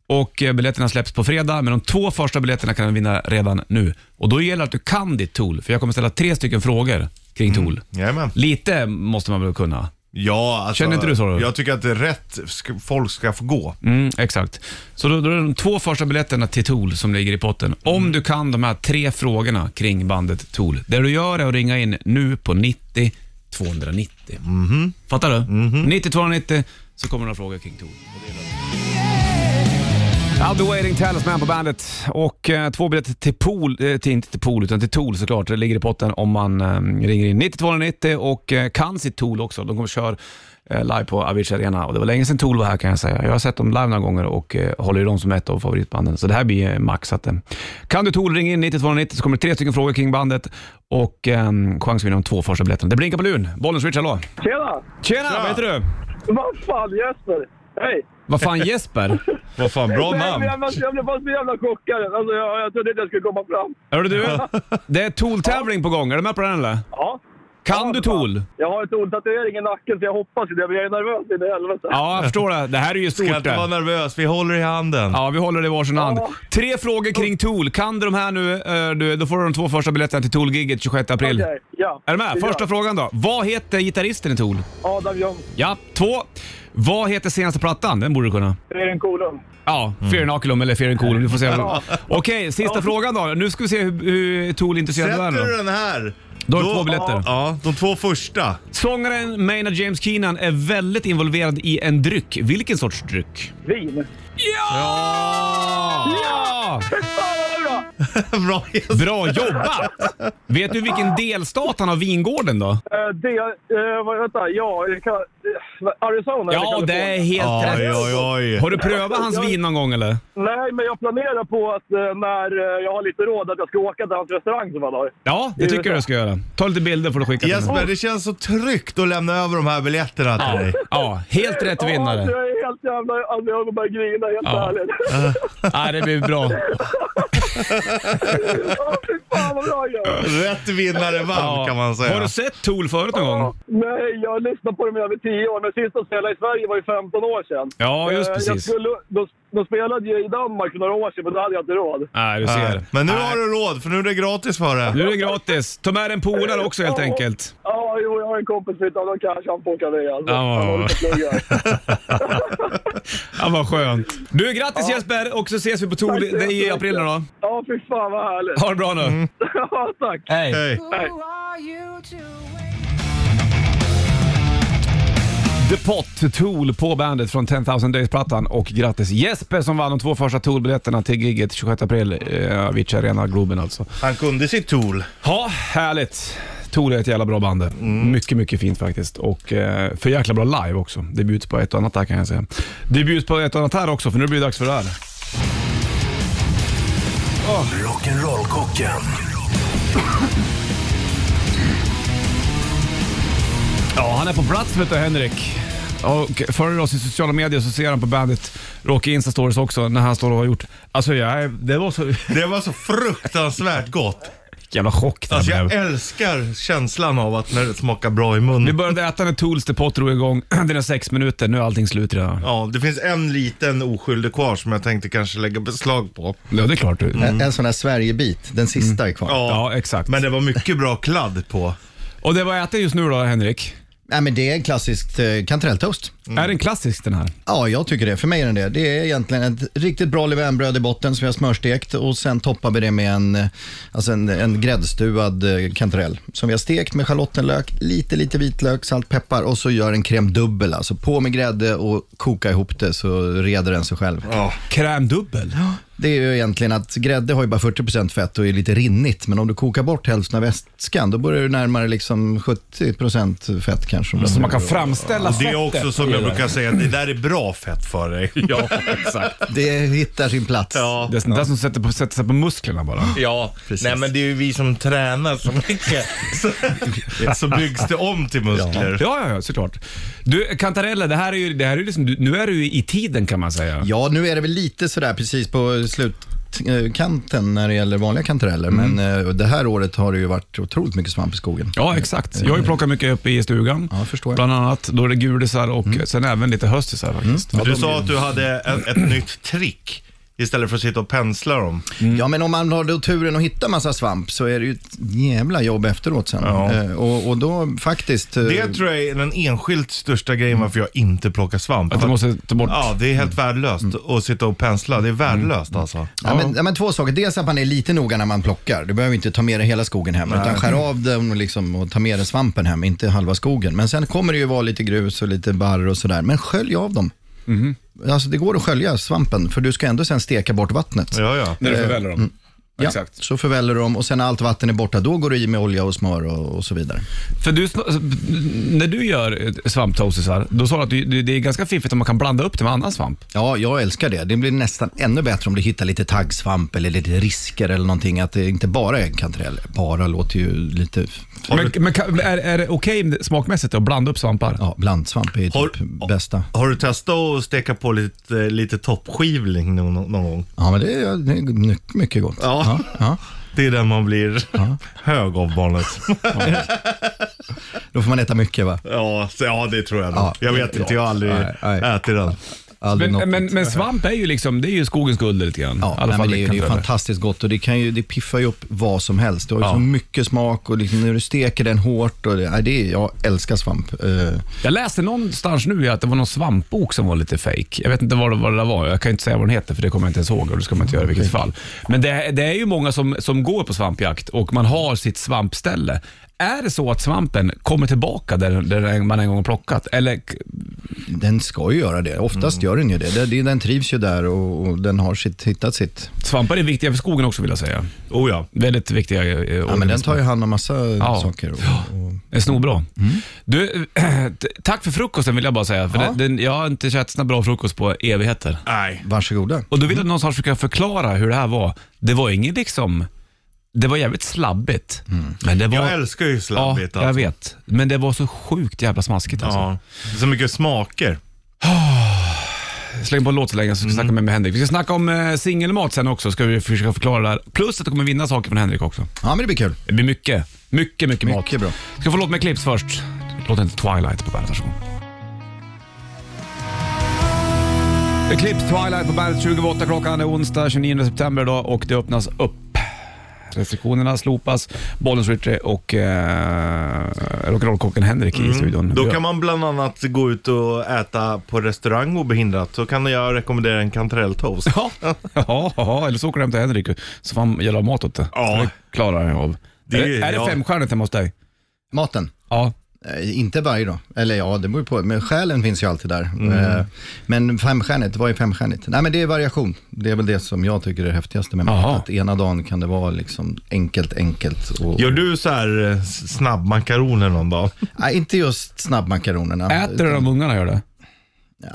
Speaker 2: och eh, biljetterna släpps på fredag, men de två första biljetterna kan du vinna redan nu. Och då gäller det att du kan ditt Tool, för jag kommer ställa tre stycken frågor kring Tool.
Speaker 3: Jajamän.
Speaker 2: Lite måste man väl kunna?
Speaker 3: Ja, alltså,
Speaker 2: Känner inte du så, då?
Speaker 3: Jag tycker att det är rätt sk- folk ska få gå.
Speaker 2: Mm, exakt. Så då, då är det de två första biljetterna till Tool som ligger i potten. Om du kan de här tre frågorna kring bandet Tool. Det du gör är att ringa in nu på 90 290. Fattar du? 90 290 så kommer några frågor kring Tool. Och det är bra. I'll be waiting talisman på bandet och eh, två biljetter till pool, eh, till, inte till pool utan till Tool såklart. Det ligger i potten om man eh, ringer in 90 290 och eh, kan sitt Tool också. De kommer köra eh, live på Avicii Arena och det var länge sedan Tool var här kan jag säga. Jag har sett dem live några gånger och eh, håller ju dem som ett av favoritbanden. Så det här blir eh, maxat. eh. Kan du Tool, ring in 90 290 så kommer det tre stycken frågor kring bandet och eh, chans att vinna de två första biljetterna. Det blinkar på luren. Bollen switch, hallå!
Speaker 6: Tjena!
Speaker 2: Tjena, vad heter du?
Speaker 6: Vad fan Jesper! Hej!
Speaker 2: Vad fan Jesper?
Speaker 3: Vad fan, bra
Speaker 6: Nej, men
Speaker 3: namn.
Speaker 6: jag, var, jag blev bara så jävla chockad. Alltså, jag, jag trodde inte jag skulle komma fram.
Speaker 2: Hörru du, det är Tool-tävling på gång. Är du med på den eller?
Speaker 6: Ja.
Speaker 2: Kan du Tool?
Speaker 6: Jag har ett ordtatuering i nacken så jag hoppas ju det. men Jag är nervös in i helvete.
Speaker 2: Ja, jag förstår det. Det här är ju
Speaker 3: Du ska
Speaker 2: stort
Speaker 3: inte vara
Speaker 2: det.
Speaker 3: nervös, vi håller i handen.
Speaker 2: Ja, vi håller det i varsin hand.
Speaker 6: Ja.
Speaker 2: Tre frågor kring Tool. Kan du de här nu, eh, du, då får du de två första biljetterna till Tool-giget 26 april.
Speaker 6: Okej, ja.
Speaker 2: Är du med? Första
Speaker 6: Ja.
Speaker 2: frågan då. Vad heter gitarristen i Tool?
Speaker 6: Adam Jones,
Speaker 2: Ja. Två. Vad heter senaste plattan? Den borde du kunna.
Speaker 6: det är en kolum.
Speaker 2: Ja,
Speaker 3: Mm.
Speaker 2: Fear Inoculum eller Fear Inculum. Du får se. Okej, sista frågan då. Nu ska vi se hur, hur Tool intresserad du är.
Speaker 3: Sätter
Speaker 2: Då.
Speaker 3: du den här,
Speaker 2: Då har du två biljetter.
Speaker 3: Ja, de två första.
Speaker 2: Sångaren Maynard James Keenan är väldigt involverad i en dryck. Vilken sorts dryck?
Speaker 6: Vin.
Speaker 2: Ja! ja!
Speaker 6: Fan vad bra!
Speaker 3: bra
Speaker 2: Bra jobbat! Vet du vilken delstat han har vingården då?
Speaker 6: Eh, Det, eh, vad, vänta, ja, det kan, eh, Arizona eller
Speaker 2: Ja, det
Speaker 6: Kalifornien?
Speaker 2: är helt
Speaker 3: Oj,
Speaker 2: rätt.
Speaker 3: oj, oj.
Speaker 2: Har du prövat hans vin någon gång eller?
Speaker 6: Nej, men jag planerar på att eh, när eh, jag har lite råd att jag ska åka till hans restaurang som han har.
Speaker 2: Ja, det tycker jag du ska göra. Ta lite bilder får du skicka till mig.
Speaker 3: Jesper, det känns så tryggt att lämna över de här biljetterna till dig.
Speaker 2: Ja, helt rätt
Speaker 6: Ja,
Speaker 2: vinnare.
Speaker 6: alltså, jag är helt jävla... Alltså, jag börjar grina, helt
Speaker 2: Ja.
Speaker 6: ärligt.
Speaker 2: Ja, det blir bra.
Speaker 6: Ja, fy fan vad bra jag är.
Speaker 3: Rätt vinnare vann
Speaker 2: Ja.
Speaker 3: kan man säga.
Speaker 2: Har du sett Tool förut någon gång?
Speaker 6: Nej, jag har lyssnat på dem i över 10 år, men sist de spelade i Sverige var ju 15 år sedan.
Speaker 2: Ja, just
Speaker 6: Eh, Jag
Speaker 2: precis.
Speaker 6: skulle, de, de spelade ju i Danmark för några år sedan, men då hade jag inte råd.
Speaker 2: Nej, du
Speaker 3: Nej.
Speaker 2: ser.
Speaker 3: Men nu har du råd, för nu är det gratis för
Speaker 2: Nu
Speaker 3: dig.
Speaker 2: är det gratis. Ta med dig en polare också helt enkelt.
Speaker 6: Eh, Ja, jo, jag har en kompis som inte har någon cash, han får åka med alltså.
Speaker 2: Ja.
Speaker 6: Han håller på och pluggar.
Speaker 2: Ja, vad skönt. Du, grattis Jesper och så ses vi på Tool
Speaker 6: Tack så
Speaker 2: i- i
Speaker 6: jättemycket.
Speaker 2: april nu då.
Speaker 6: Ja, fy fan vad härligt.
Speaker 2: Ha det bra nu.
Speaker 3: Mm.
Speaker 6: Ja, tack.
Speaker 2: Hej.
Speaker 3: Hej.
Speaker 2: The Pot, Tool på bandet från 10,000 Days-plattan och grattis Jesper som vann de två första Tool-biljetterna till giget 26 april, eh, Avicii Arena, Globen alltså.
Speaker 3: Han kunde sitt Tool.
Speaker 2: Ja, härligt. Tool är ett jävla bra band.
Speaker 3: Mm.
Speaker 2: Mycket, mycket fint faktiskt. Och eh, för jäkla bra live också. Det bjuds på ett och annat där kan jag säga. Det bjuds på ett och annat här också för nu blir det dags för det här.
Speaker 1: Rock'n'roll-kocken.
Speaker 2: Ja, han är på plats vet du Henrik. Och följer oss i sociala medier så ser han på bandet Rocky Insta Stories också när han står och har gjort... Alltså jag, det var så...
Speaker 3: Det var så fruktansvärt gott.
Speaker 2: Jävla chock det här
Speaker 3: Alltså jag
Speaker 2: blev.
Speaker 3: älskar känslan av att när det smakar bra i
Speaker 2: Vi
Speaker 3: munnen.
Speaker 2: började äta när Tools depå drog igång. Den är sex minuter, nu är allting slut redan.
Speaker 3: Ja, det finns en liten oskyldig kvar som jag tänkte kanske lägga beslag på.
Speaker 2: Ja, det är klart du.
Speaker 8: En, en sån här Sverigebit, den sista är kvar.
Speaker 2: Mm.
Speaker 3: Mm.
Speaker 2: Ja, exakt.
Speaker 3: Men det var mycket bra kladd på.
Speaker 2: Och det var äter just nu då, Henrik?
Speaker 8: Nej, men det är en klassisk eh, kantarelltoast.
Speaker 2: Är den klassisk den här?
Speaker 8: Ja, jag tycker det. För mig är den det. Det är egentligen ett riktigt bra levainbröd i botten som jag har smörstekt och sen toppar vi det med en, eh, alltså en, en gräddstuvad eh, kantarell som vi har stekt med schalottenlök, lite, lite vitlök, salt, peppar och så gör en crème dubbel. Alltså på med grädde och koka ihop det så reder den sig själv.
Speaker 2: Crème dubbel?
Speaker 8: Det är ju egentligen att grädde har ju bara 40% fett och är lite rinnigt, men om du kokar bort hälften av vätskan, då börjar du närmare liksom 70% fett kanske.
Speaker 2: Mm. Så man kan framställa
Speaker 3: Det är
Speaker 2: fettet
Speaker 3: också som
Speaker 2: i
Speaker 3: jag
Speaker 2: den.
Speaker 3: brukar säga, det där är bra fett för dig.
Speaker 2: Ja, exakt.
Speaker 8: Det hittar sin plats.
Speaker 2: Det är sånt där som sätter, på, sätter sig på musklerna bara.
Speaker 3: Ja, nej men det är ju vi som tränar så mycket. Så, så byggs det om till muskler.
Speaker 2: Ja, ja, ja, såklart. Du, kantareller, det här är ju, det här är ju liksom, du- nu är du ju i tiden kan man säga.
Speaker 8: Ja, nu är det väl lite sådär precis på slutkanten när det gäller vanliga kantareller, men eh, det här året har det ju varit otroligt mycket svamp i skogen.
Speaker 2: Mm.
Speaker 8: Eh,
Speaker 2: Ja, exakt. Jag har ju plockat mycket uppe i stugan.
Speaker 8: Ja, jag förstår.
Speaker 2: Bland annat då är det gudisar och sen även lite höstisar faktiskt.
Speaker 3: Men Du sa att du hade ett, ett nytt trick istället för att sitta och pensla dem.
Speaker 8: Ja, men om man har då turen att hitta massa svamp så är det ju ett jävla jobb efteråt sen.
Speaker 3: Ja.
Speaker 8: Eh, Och, och då faktiskt... eh,
Speaker 3: Det tror jag är den enskilt största grejen varför jag inte plockar svamp.
Speaker 2: Att du måste ta bort... Mm.
Speaker 3: Ja, det är helt värdelöst att sitta och pensla. Det är värdelöst alltså.
Speaker 8: Ja, men, ja, men två saker. Dels att man är lite noga när man plockar. Du behöver inte ta med dig hela skogen hem, utan skär av den och liksom, och ta med dig svampen hem, inte halva skogen. Men sen kommer det ju vara lite grus och lite barr och sådär, men skölj av dem. Alltså det går att skölja svampen, för du ska ändå sen steka bort vattnet.
Speaker 3: Ja, ja.
Speaker 2: När du förväller dem.
Speaker 8: Ja,
Speaker 2: Exakt.
Speaker 8: Så förväller du dem och sen när allt vatten är borta, då går du i med olja och smör och, och så vidare.
Speaker 2: För du, när du gör eh, svamptoastisar, då sa du att du, det är ganska fiffigt om man kan blanda upp det med annan svamp.
Speaker 8: Ja, jag älskar det. Det blir nästan ännu bättre om du hittar lite taggsvamp eller lite risker eller någonting. Att det inte bara är kantarell. Bara låter ju lite...
Speaker 2: Men, men kan, är, är det okej smakmässigt att blanda upp svampar?
Speaker 8: Ja, blandsvamp är ju
Speaker 3: Har-
Speaker 8: typ bästa.
Speaker 3: Har du testat att steka på lite, lite toppskivling någon, någon gång?
Speaker 8: Ja, men det är, det är my- mycket gott.
Speaker 3: Ja.
Speaker 8: ja.
Speaker 3: Det är den man blir hög av barnet.
Speaker 8: Då får man äta mycket va?
Speaker 3: Ja, så, ja, det tror jag nog.
Speaker 8: Ja.
Speaker 3: Jag vet inte, jag har aldrig
Speaker 8: Nej, nej.
Speaker 3: ätit den.
Speaker 8: Aldrig något.
Speaker 2: Men, men, men svamp är ju liksom, det är ju skogens guld lite grann. I
Speaker 8: Ja,
Speaker 2: alla
Speaker 8: nej,
Speaker 2: fall
Speaker 8: men det, är, det är ju
Speaker 2: kantareller.
Speaker 8: fantastiskt gott och det, kan ju, det piffar ju upp vad som helst. Det har ju
Speaker 2: Ja.
Speaker 8: så mycket smak och liksom, när du steker den hårt. Och det, nej, det är, jag älskar svamp. Eh,
Speaker 2: Jag läste någonstans nu att det var någon svampbok som var lite fake. Jag vet inte vad det, vad det där var. Jag kan inte säga vad den heter för det kommer jag inte ens ihåg och det ska man inte göra i vilket fall. Men det, det är ju många som, som går på svampjakt och man har sitt svampställe. Är det så att svampen kommer tillbaka där, där man en gång har plockat? Eller,
Speaker 8: den ska ju göra det. Oftast
Speaker 2: Mm.
Speaker 8: gör den ju det. det, det den trivs ju där och, och den har sitt, hittat sitt.
Speaker 2: svampar är viktiga för skogen också vill jag säga.
Speaker 3: Oh ja.
Speaker 2: Väldigt viktiga eh,
Speaker 8: Ja, men den tar ju hand om massa
Speaker 2: Ja.
Speaker 8: saker. Och, och,
Speaker 2: Det är snorbra. Du, eh, t- tack för frukosten vill jag bara säga. För den, den, jag har inte käkat sån här bra frukost på evigheter.
Speaker 3: Nej.
Speaker 8: varsågoda.
Speaker 2: Och då vill jag någonstans försöka förklara hur det här var. Det var inget liksom... Det var jävligt slabbigt. Men det var,
Speaker 3: Jag älskar ju slabbigt alltså.
Speaker 2: Ja, jag vet. Men det var så sjukt jävla smaskigt alltså.
Speaker 3: Ja. Så mycket smaker.
Speaker 2: Släng på en låt så länge så ska vi snacka med, med Henrik. Vi ska snacka om eh, singelmat sen också, ska vi försöka förklara det här. Plus att det kommer vinna saker från Henrik också.
Speaker 8: Ja, men det blir kul.
Speaker 2: Det blir mycket, mycket, mycket, mat.
Speaker 8: Mycket bra.
Speaker 2: Ska få låt med clips först. Låten heter Twilight på bandet, varsågod. Eclipse Twilight på bandet 28 klockan är onsdag 29 september idag och det öppnas upp. Restriktionerna slopas, Bollens Ritchie och eh, rock'n'roll-kocken Henrik i studion.
Speaker 3: Mm. Då kan man bland annat gå ut och äta på restaurang obehindrat. Så kan jag rekommendera en kantarelltoast.
Speaker 2: Ja, ja, ja, eller så åker du hem till Henrik så får han göra mat åt dig.
Speaker 3: Ja.
Speaker 2: Det klarar han av.
Speaker 3: Det
Speaker 2: är,
Speaker 3: är-
Speaker 2: det- är det
Speaker 3: ja.
Speaker 2: femstjärnigt hemma hos dig?
Speaker 8: Maten.
Speaker 2: Ja.
Speaker 8: Eh, Inte varje dag. Eller ja, det beror på. Men själen finns ju alltid där.
Speaker 2: Mm.
Speaker 8: Eh, Men femstjärnigt, vad är femstjärnigt? Nej, men det är variation. Det är väl det som jag tycker är det häftigaste med
Speaker 2: Jaha.
Speaker 8: mat. Att ena dagen kan det vara liksom enkelt, enkelt. Och...
Speaker 3: Gör du så här eh, s- snabbmakaroner någon dag?
Speaker 8: Nej, inte just snabbmakaronerna.
Speaker 2: Äter du de ungarna gör det?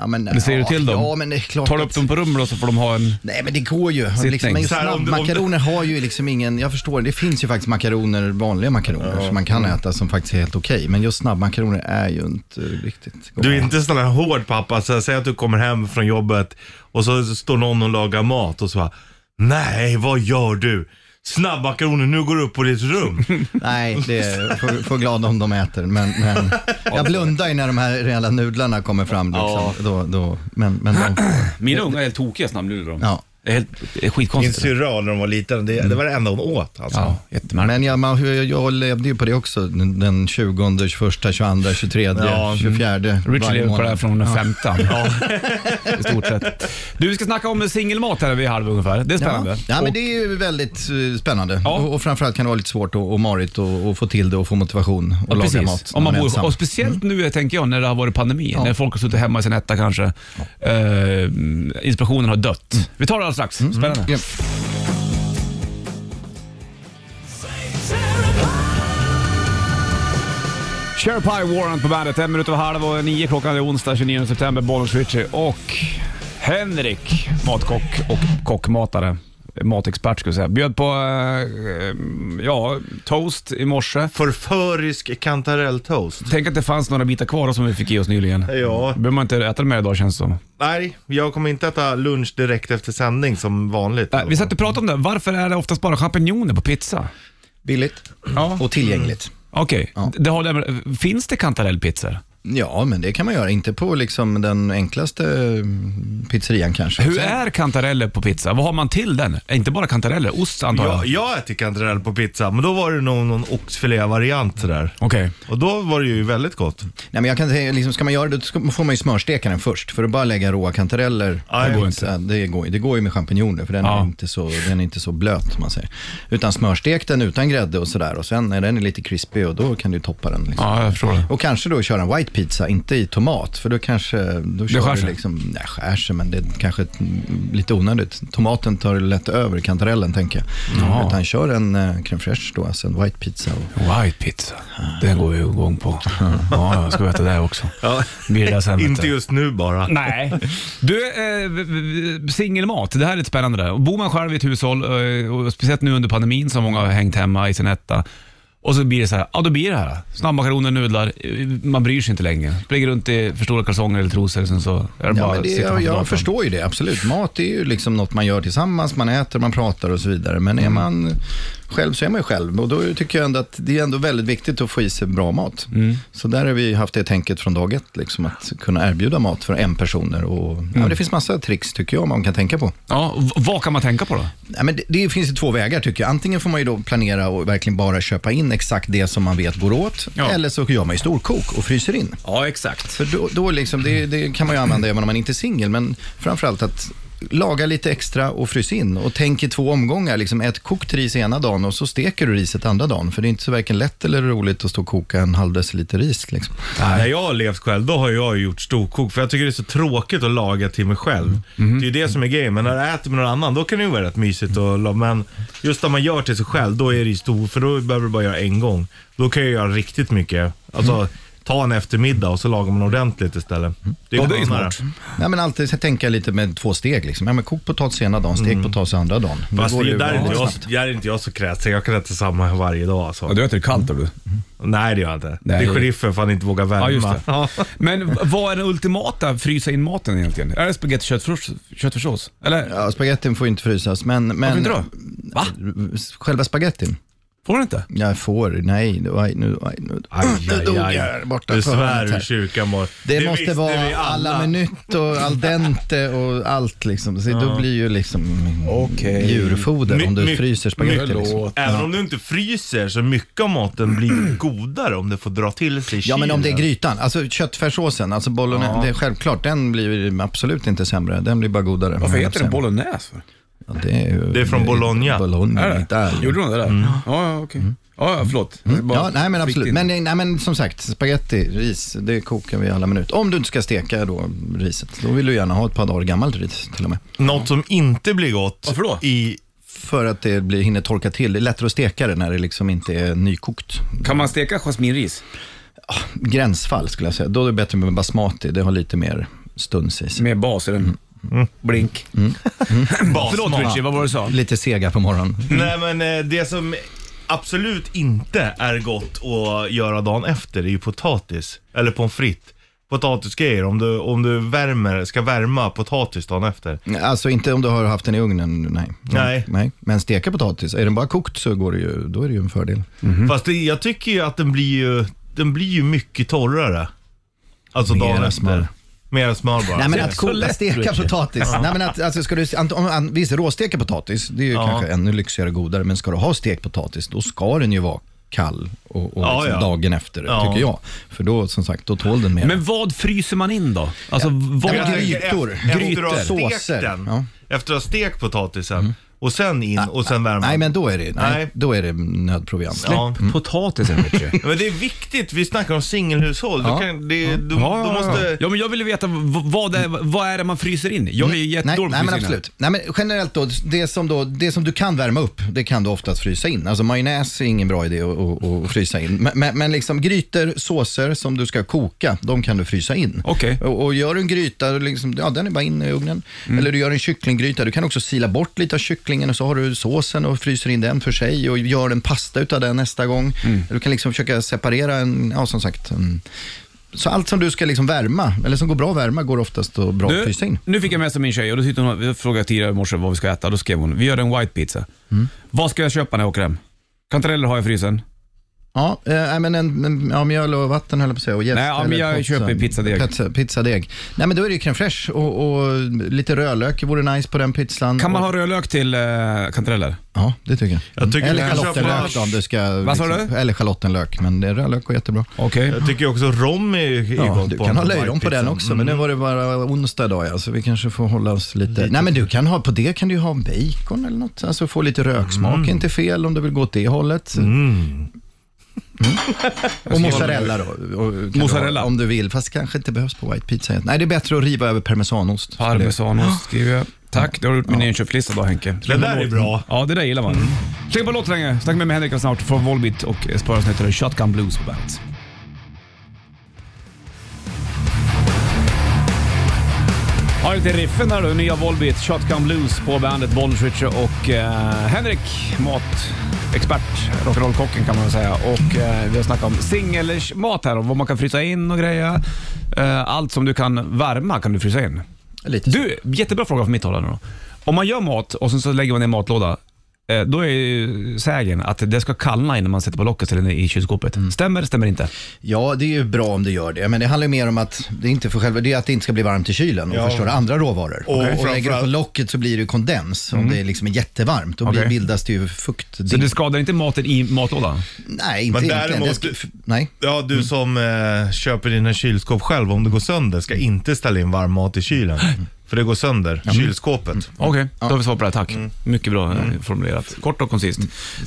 Speaker 8: Ja, men,
Speaker 2: Eller säger
Speaker 8: ja,
Speaker 2: du till dem?
Speaker 8: Ja, men det är klart
Speaker 2: Tar du
Speaker 8: att-
Speaker 2: upp dem på rummet då så får de ha en...
Speaker 8: Nej men det går ju.
Speaker 2: Sittning.
Speaker 8: Liksom, men
Speaker 2: Så
Speaker 3: här, om du- om
Speaker 8: snabbmakaroner har ju liksom ingen, jag förstår, det finns ju faktiskt makaroner, vanliga makaroner som man kan
Speaker 2: Mm.
Speaker 8: äta som faktiskt är helt okej. Men just snabbmakaroner är ju inte riktigt goda.
Speaker 3: Du är inte sån här hård pappa, så här, säg att du kommer hem från jobbet och så står någon och lagar mat och så bara, nej vad gör du? Snabbmakaroner, nu går du upp på ditt rum.
Speaker 8: Nej, det är, får, får glada om de äter. Men, men jag blundar ju när de här rejäla nudlarna kommer fram. Liksom. Då, då, men, men de,
Speaker 2: Mina unga är helt tokiga snabbnudlar.
Speaker 8: Ja.
Speaker 2: Det är, helt, det är
Speaker 3: Min
Speaker 2: skitkonstigt.
Speaker 3: syrra när hon var liten, det, det var det enda hon åt alltså.
Speaker 2: Ja, jättemärkligt.
Speaker 8: men jag, man, jag, jag levde ju på det också. Den den 20, 21, 22, 23,
Speaker 3: Ja, mm.
Speaker 8: 24.
Speaker 2: Richie
Speaker 8: varje
Speaker 2: lever på det här
Speaker 8: månad.
Speaker 2: från den femta. Ja. I stort sett. Du, vi ska snacka om singelmat här vid halv ungefär. Det är spännande.
Speaker 8: Ja, ja men
Speaker 2: Och-
Speaker 8: det är ju väldigt eh, spännande.
Speaker 2: Ja.
Speaker 8: Och, och framförallt kan det vara lite svårt och, och marigt och, och få till det och få motivation och
Speaker 2: Ja,
Speaker 8: laga
Speaker 2: precis.
Speaker 8: mat. när
Speaker 2: Om man
Speaker 8: är
Speaker 2: bor,
Speaker 8: ensam.
Speaker 2: och speciellt nu tänker jag när det har varit pandemi, när folk har suttit hemma i sin etta kanske. Eh, inspirationen har dött. Vi tar det alldeles strax. Spännande.
Speaker 8: Ja.
Speaker 2: Cherry Pie Warrant på bandet. En minut över halv och nio klockan. Det är onsdag 29 september. Bollnäs Ritchie och Henrik, matkock och kockmatare. Matexpert skulle jag säga. Bjöd på eh, ja, toast i morse.
Speaker 3: Förförisk kantarelltoast.
Speaker 2: Tänk att det fanns några bitar kvar som vi fick i oss nyligen.
Speaker 3: Ja.
Speaker 2: behöver man inte äta dem mer idag känns det som. Äh,
Speaker 3: Nej, jag kommer inte äta lunch direkt efter sändning som vanligt.
Speaker 2: Äh, vi satt och pratade om det. Varför är det oftast bara champinjoner på pizza?
Speaker 8: Billigt
Speaker 2: Ja.
Speaker 8: och tillgängligt.
Speaker 2: Okej.
Speaker 8: Ja.
Speaker 2: Det har det- Finns det kantarellpizzor?
Speaker 8: Ja, men det kan man göra. Inte på liksom den enklaste eh, pizzerian kanske.
Speaker 2: Hur
Speaker 8: Sen-
Speaker 2: är kantareller på pizza? Vad har man till den? Eh, Inte bara kantareller, ost antar jag.
Speaker 3: jag, jag äter kantarell på pizza, men då var det någon, någon oxfilé-variant sådär.
Speaker 2: Okej.
Speaker 3: Och då var det ju väldigt gott.
Speaker 8: Nej, men jag kan säga, liksom, ska man göra det, då ska- får man ju smörsteka den först. För att bara lägga råa kantareller,
Speaker 3: Ja, det
Speaker 8: på
Speaker 3: går
Speaker 8: pizza, det, går, det går ju med champinjoner, för den,
Speaker 2: Ja.
Speaker 8: är inte så, den är inte så blöt som man säger. Utan smörstek den utan grädde och sådär. Och sen när den är lite crispy, och då kan du toppa den. Liksom.
Speaker 2: Ja, jag förstår det.
Speaker 8: Och kanske då köra en white pizza, inte i tomat, för då kanske... Då kör
Speaker 2: skär
Speaker 8: du
Speaker 2: sig.
Speaker 8: liksom, nej, skär sig, men det är kanske ett- mm, lite onödigt. Tomaten tar lätt över kantarellen, tänker jag.
Speaker 2: Ja.
Speaker 8: Utan kör en eh, creme fraiche då, alltså en white pizza. Och,
Speaker 2: White pizza. Den går vi igång på. Ja, jag ska äta det också. Blir det sen, vet
Speaker 3: Inte
Speaker 2: du.
Speaker 3: just nu bara.
Speaker 2: Nej. Du, eh, v- v- singelmat. Det här är lite spännande. där. Och Bor man själv i ett hushåll, eh, och speciellt nu under pandemin som många har hängt hemma i sin etta. Och så blir det så här, ja då blir det här. Snabbmakaroner, nudlar, eh, man bryr sig inte längre. Springer runt i för stora kalsonger eller trosor sen så är det bara
Speaker 8: ja, men
Speaker 2: att
Speaker 8: det,
Speaker 2: sitta
Speaker 8: jag,
Speaker 2: framför datorn.
Speaker 8: jag förstår ju det, absolut. Mat är ju liksom något man gör tillsammans, man äter, man pratar och så vidare. Men är man själv så är man ju själv. Och då tycker jag ändå att det är ändå väldigt viktigt att få i sig bra mat. Så där har vi haft det tänket från dag ett, liksom, att kunna erbjuda mat för en personer. Och, ja, men det finns massa tricks tycker jag man kan tänka på.
Speaker 2: Ja, v- vad kan man tänka på då?
Speaker 8: Nej, men det, det finns ju två vägar tycker jag. Antingen får man ju då planera och verkligen bara köpa in exakt det som man vet går åt.
Speaker 2: Ja.
Speaker 8: Eller så gör man ju storkok och fryser in.
Speaker 2: Ja, exakt.
Speaker 8: För då, då liksom, det, det kan man ju använda även om man inte är singel. Men framförallt att laga lite extra och frys in. Och tänk i två omgångar. Liksom ett kokt ris ena dagen och så steker du riset andra dagen. För det är inte så varken lätt eller roligt att stå och koka en halv deciliter ris. Liksom.
Speaker 3: När jag har levt själv, då har jag ju gjort storkok. För jag tycker det är så tråkigt att laga till mig själv.
Speaker 2: Mhm.
Speaker 3: Det är ju det som är grejen. Men när jag äter med någon annan, då kan det ju vara rätt mysigt. Och, la- men just när man gör till sig själv, då är det ju stor. För då behöver du bara göra en gång. Då kan jag göra riktigt mycket. Alltså,
Speaker 2: Mm.
Speaker 3: ta en eftermiddag och så lagar man ordentligt istället. Det
Speaker 2: Ja, det är ju
Speaker 3: skönare.
Speaker 2: smart.
Speaker 8: Nej, men alltid tänka lite med två steg. Liksom. Ja, men kok potatis ena dagen, stek potatis andra dagen. Då
Speaker 3: Fast
Speaker 8: går
Speaker 3: det,
Speaker 8: ju
Speaker 3: där, är
Speaker 8: bra
Speaker 3: inte jag,
Speaker 8: snabbt.
Speaker 3: där är inte jag så kräsen. Jag kan äta samma varje dag alltså.
Speaker 2: du äter kallt du?
Speaker 3: Nej det gör jag inte.
Speaker 2: Nej.
Speaker 3: Det är sheriffen för han inte vågar
Speaker 2: Ja,
Speaker 3: värma.
Speaker 2: just det. Men v- vad är den ultimata frysa in maten egentligen? Är det spagetti köttfärs, köttfärssås? Eller?
Speaker 8: Ja, spagettin får ju inte frysas, men... men
Speaker 2: Varför inte då? Va?
Speaker 8: Själva spagettin?
Speaker 2: Får den inte?
Speaker 8: Jag får, nej, nu, aj, nu, aj, nu, nu dog jag här borta.
Speaker 3: Du
Speaker 8: för
Speaker 3: svär
Speaker 8: hörnet här.
Speaker 3: ur kyrkan bara.
Speaker 8: Det,
Speaker 3: visste
Speaker 8: måste
Speaker 3: vi
Speaker 8: vara alla minute och al dente och allt liksom. Så Då blir ju liksom
Speaker 2: Okej.
Speaker 8: djurfoder om
Speaker 3: My- my-
Speaker 8: du fryser spagetti.
Speaker 3: my-
Speaker 8: Liksom.
Speaker 3: Även om du inte fryser så mycket av maten blir godare om du får dra till sig
Speaker 8: Ja men om det är
Speaker 3: kylen.
Speaker 8: grytan, alltså köttfärssåsen, alltså bolognese, det är självklart, den blir absolut inte sämre, den blir bara godare.
Speaker 2: Varför heter den
Speaker 8: Sämre.
Speaker 2: bolognese? För?
Speaker 8: Ja, det, är ju-
Speaker 3: Det är från Bologna.
Speaker 8: Bologna,
Speaker 2: Är det?
Speaker 8: Italien.
Speaker 2: Gjorde de det där? Ja, ja, okej. Ja, ja, förlåt. Jag bara
Speaker 8: Mm. Ja, nej men
Speaker 2: fick
Speaker 8: absolut.
Speaker 2: in.
Speaker 8: Men, nej, men som sagt, spaghetti, ris, det kokar vi alla minuter. Om du inte ska steka då riset, då vill du gärna ha ett par dagar gammalt ris till och med.
Speaker 3: Något som inte blir gott
Speaker 2: Varför då?
Speaker 3: i...
Speaker 8: För att det blir, hinner torka till. Det är lättare att steka det när det liksom inte är nykokt.
Speaker 2: Kan man steka jasminris?
Speaker 8: Gränsfall skulle jag säga. Då är det bättre med basmati, det har lite mer stunsis.
Speaker 2: Med bas i den. Mm. Blink. Förlåt Richie, vad var det du sa?
Speaker 8: Lite sega på morgonen.
Speaker 3: Nej men eh, det som absolut inte är gott att göra dagen efter är ju potatis. Eller pommes frites. Potatisgrejer om du, om du värmer, ska värma potatis dagen efter.
Speaker 8: Alltså inte om du har haft den i ugnen, nej.
Speaker 3: Nej.
Speaker 8: nej. Men steka potatis, är den bara kokt så går det ju, då är det ju en fördel.
Speaker 3: Fast det, jag tycker ju att den blir ju, den blir ju mycket torrare. Alltså
Speaker 8: Mera
Speaker 3: dagen
Speaker 8: smör.
Speaker 3: efter. Mera smör bara.
Speaker 8: Nej men
Speaker 3: Det är
Speaker 8: att
Speaker 3: så
Speaker 8: koka,
Speaker 3: lätt,
Speaker 8: steka
Speaker 3: Richie.
Speaker 8: potatis. Nej men att, alltså ska du, ant- om, an, visst råsteka potatis, det är ju
Speaker 3: Ja.
Speaker 8: kanske ännu lyxigare och godare, men ska du ha stekt potatis, då ska den ju vara kall och, och
Speaker 3: Ja,
Speaker 8: liksom
Speaker 3: ja.
Speaker 8: dagen efter,
Speaker 3: Ja.
Speaker 8: tycker jag. För då, som sagt, då tål den mer.
Speaker 2: Men vad fryser man in då? Alltså vad...
Speaker 8: Ja, men- grytor.
Speaker 3: Efter, efter att ha
Speaker 8: Grytor. Såser.
Speaker 3: stekt den.
Speaker 8: Ja. Mm. Ah,
Speaker 3: Efter att ha stekt potatisen. Och sen in och sen värma.
Speaker 8: nej men då är det, nej,
Speaker 3: Nej.
Speaker 8: Då är det nödproviant.
Speaker 3: Ja.
Speaker 2: Släpp potatisen Richie.
Speaker 3: Ja, Men det är viktigt, vi snackar om singelhushåll.
Speaker 8: Ja.
Speaker 3: Du kan, det, du,
Speaker 2: Ja,
Speaker 3: du måste...
Speaker 2: ja, men jag ville veta v- vad, det är, vad är det man fryser in? Jag är ju
Speaker 8: Nej,
Speaker 2: jättedålig på
Speaker 8: nej
Speaker 2: att
Speaker 8: men
Speaker 2: frysa in
Speaker 8: absolut. Nej, men generellt då det, som då, det som du kan värma upp, det kan du oftast frysa in. Alltså majonnäs är ingen bra idé att, att, att frysa in. Men, men, men liksom grytor, såser som du ska koka, de kan du frysa in.
Speaker 2: Okej.
Speaker 8: Och, och gör du en gryta, då liksom, ja, den är bara in i ugnen.
Speaker 2: Mm.
Speaker 8: Eller du gör en kycklinggryta, du kan också sila bort lite av kycklingen och så har du såsen och fryser in den för sig och gör en pasta utav den nästa gång.
Speaker 2: Mm.
Speaker 8: Du kan liksom försöka separera en, ja som sagt, en, så allt som du ska liksom värma, eller som går bra att värma, går oftast att bra att
Speaker 2: Du,
Speaker 8: frysa in.
Speaker 2: nu fick jag med sig min tjej och då tyckte hon, jag frågade tidigare i morse vad vi ska äta. Då skrev hon, vi gör en white pizza. Vad ska jag köpa när jag åker hem? Kantareller har jag i frysen.
Speaker 8: Ja, eh, nej, men en, en, ja, mjöl och vatten höll jag på att säga. Och jäst,
Speaker 2: Nej, ja, men
Speaker 8: eller
Speaker 2: jag
Speaker 8: pizza.
Speaker 2: köper pizzadeg.
Speaker 8: Pizza, pizzadeg. Nej, men då är det ju crème fraîche och, och lite rödlök vore nice på den pizzan.
Speaker 2: Kan man
Speaker 8: och,
Speaker 2: ha rödlök till eh, kantareller?
Speaker 8: Ja, det tycker jag.
Speaker 3: Jag tycker
Speaker 8: eller
Speaker 3: vi kan
Speaker 8: schalottenlök
Speaker 3: köpa-
Speaker 8: då, om du ska... liksom-
Speaker 2: Vad sa du?
Speaker 8: Eller schalottenlök, men det, rödlök går jättebra.
Speaker 2: Okej.
Speaker 3: Jag tycker också rom är är
Speaker 8: Ja,
Speaker 3: gott
Speaker 8: du
Speaker 3: på
Speaker 8: kan ha
Speaker 3: en
Speaker 8: löjrom på
Speaker 3: pizzan.
Speaker 8: den också, men nu var det bara onsdag idag ja, så vi kanske får hålla oss lite... Nej, men du kan ha, på det kan du ju ha bacon eller något, alltså få lite röksmak, inte fel om du vill gå åt det hållet. Mm. Och mozzarella då. Och, kan du
Speaker 2: Mozzarella.
Speaker 8: Ha, om du vill, fast kanske inte behövs på white pizza. Nej, det är bättre att riva över parmesanost.
Speaker 2: Parmesanost skriver jag. Tack, du har gjort min inköpslista då Henke.
Speaker 3: Det där är bra.
Speaker 2: Ja, det där gillar man. Släng på låt länge. Snack med mig Henrik snart från Volbeat och eh, spöras nu till Shotgun Blues på bandet. Har lite riffen där du. Nya Volbeat, Shotgun Blues på bandet. Bollnäs Ritchie och eh, Henrik, matexpert, rock'n'roll-kocken kan man väl säga. Och eh, vi har snackat om singelers mat här och vad man kan frysa in och grejer. Eh, allt som du kan värma kan du frysa in.
Speaker 8: Lite så.
Speaker 2: Du, jättebra fråga från mitt håll här nu då. Om man gör mat och sen så lägger man i en matlåda, eh, då är ju sägen att det ska kallna innan man sätter på locket eller i kylskåpet. Stämmer, stämmer inte?
Speaker 8: Ja, det är ju bra om du gör det. Men det handlar ju mer om att det är inte för själva, det är att det inte ska bli varmt i kylen och förstöra andra råvaror. Och, och lägger du på
Speaker 3: framförallt-
Speaker 8: locket så blir det kondens om det liksom är jättevarmt. Då blir,
Speaker 2: Mm. Okej.
Speaker 8: bildas det ju fukt.
Speaker 2: Så det skadar inte maten i matlådan?
Speaker 8: Nej, inte
Speaker 3: Men
Speaker 8: egentligen. Det
Speaker 3: däremot-
Speaker 8: ska- f- Nej.
Speaker 3: Ja, du som eh, köper dina kylskåp själv om det går sönder ska inte ställa in varm mat i kylen.
Speaker 8: Mm.
Speaker 3: För det går sönder, kylskåpet.
Speaker 2: Okej, då har vi svar på det. Tack. Mycket bra eh, formulerat. Kort och koncist.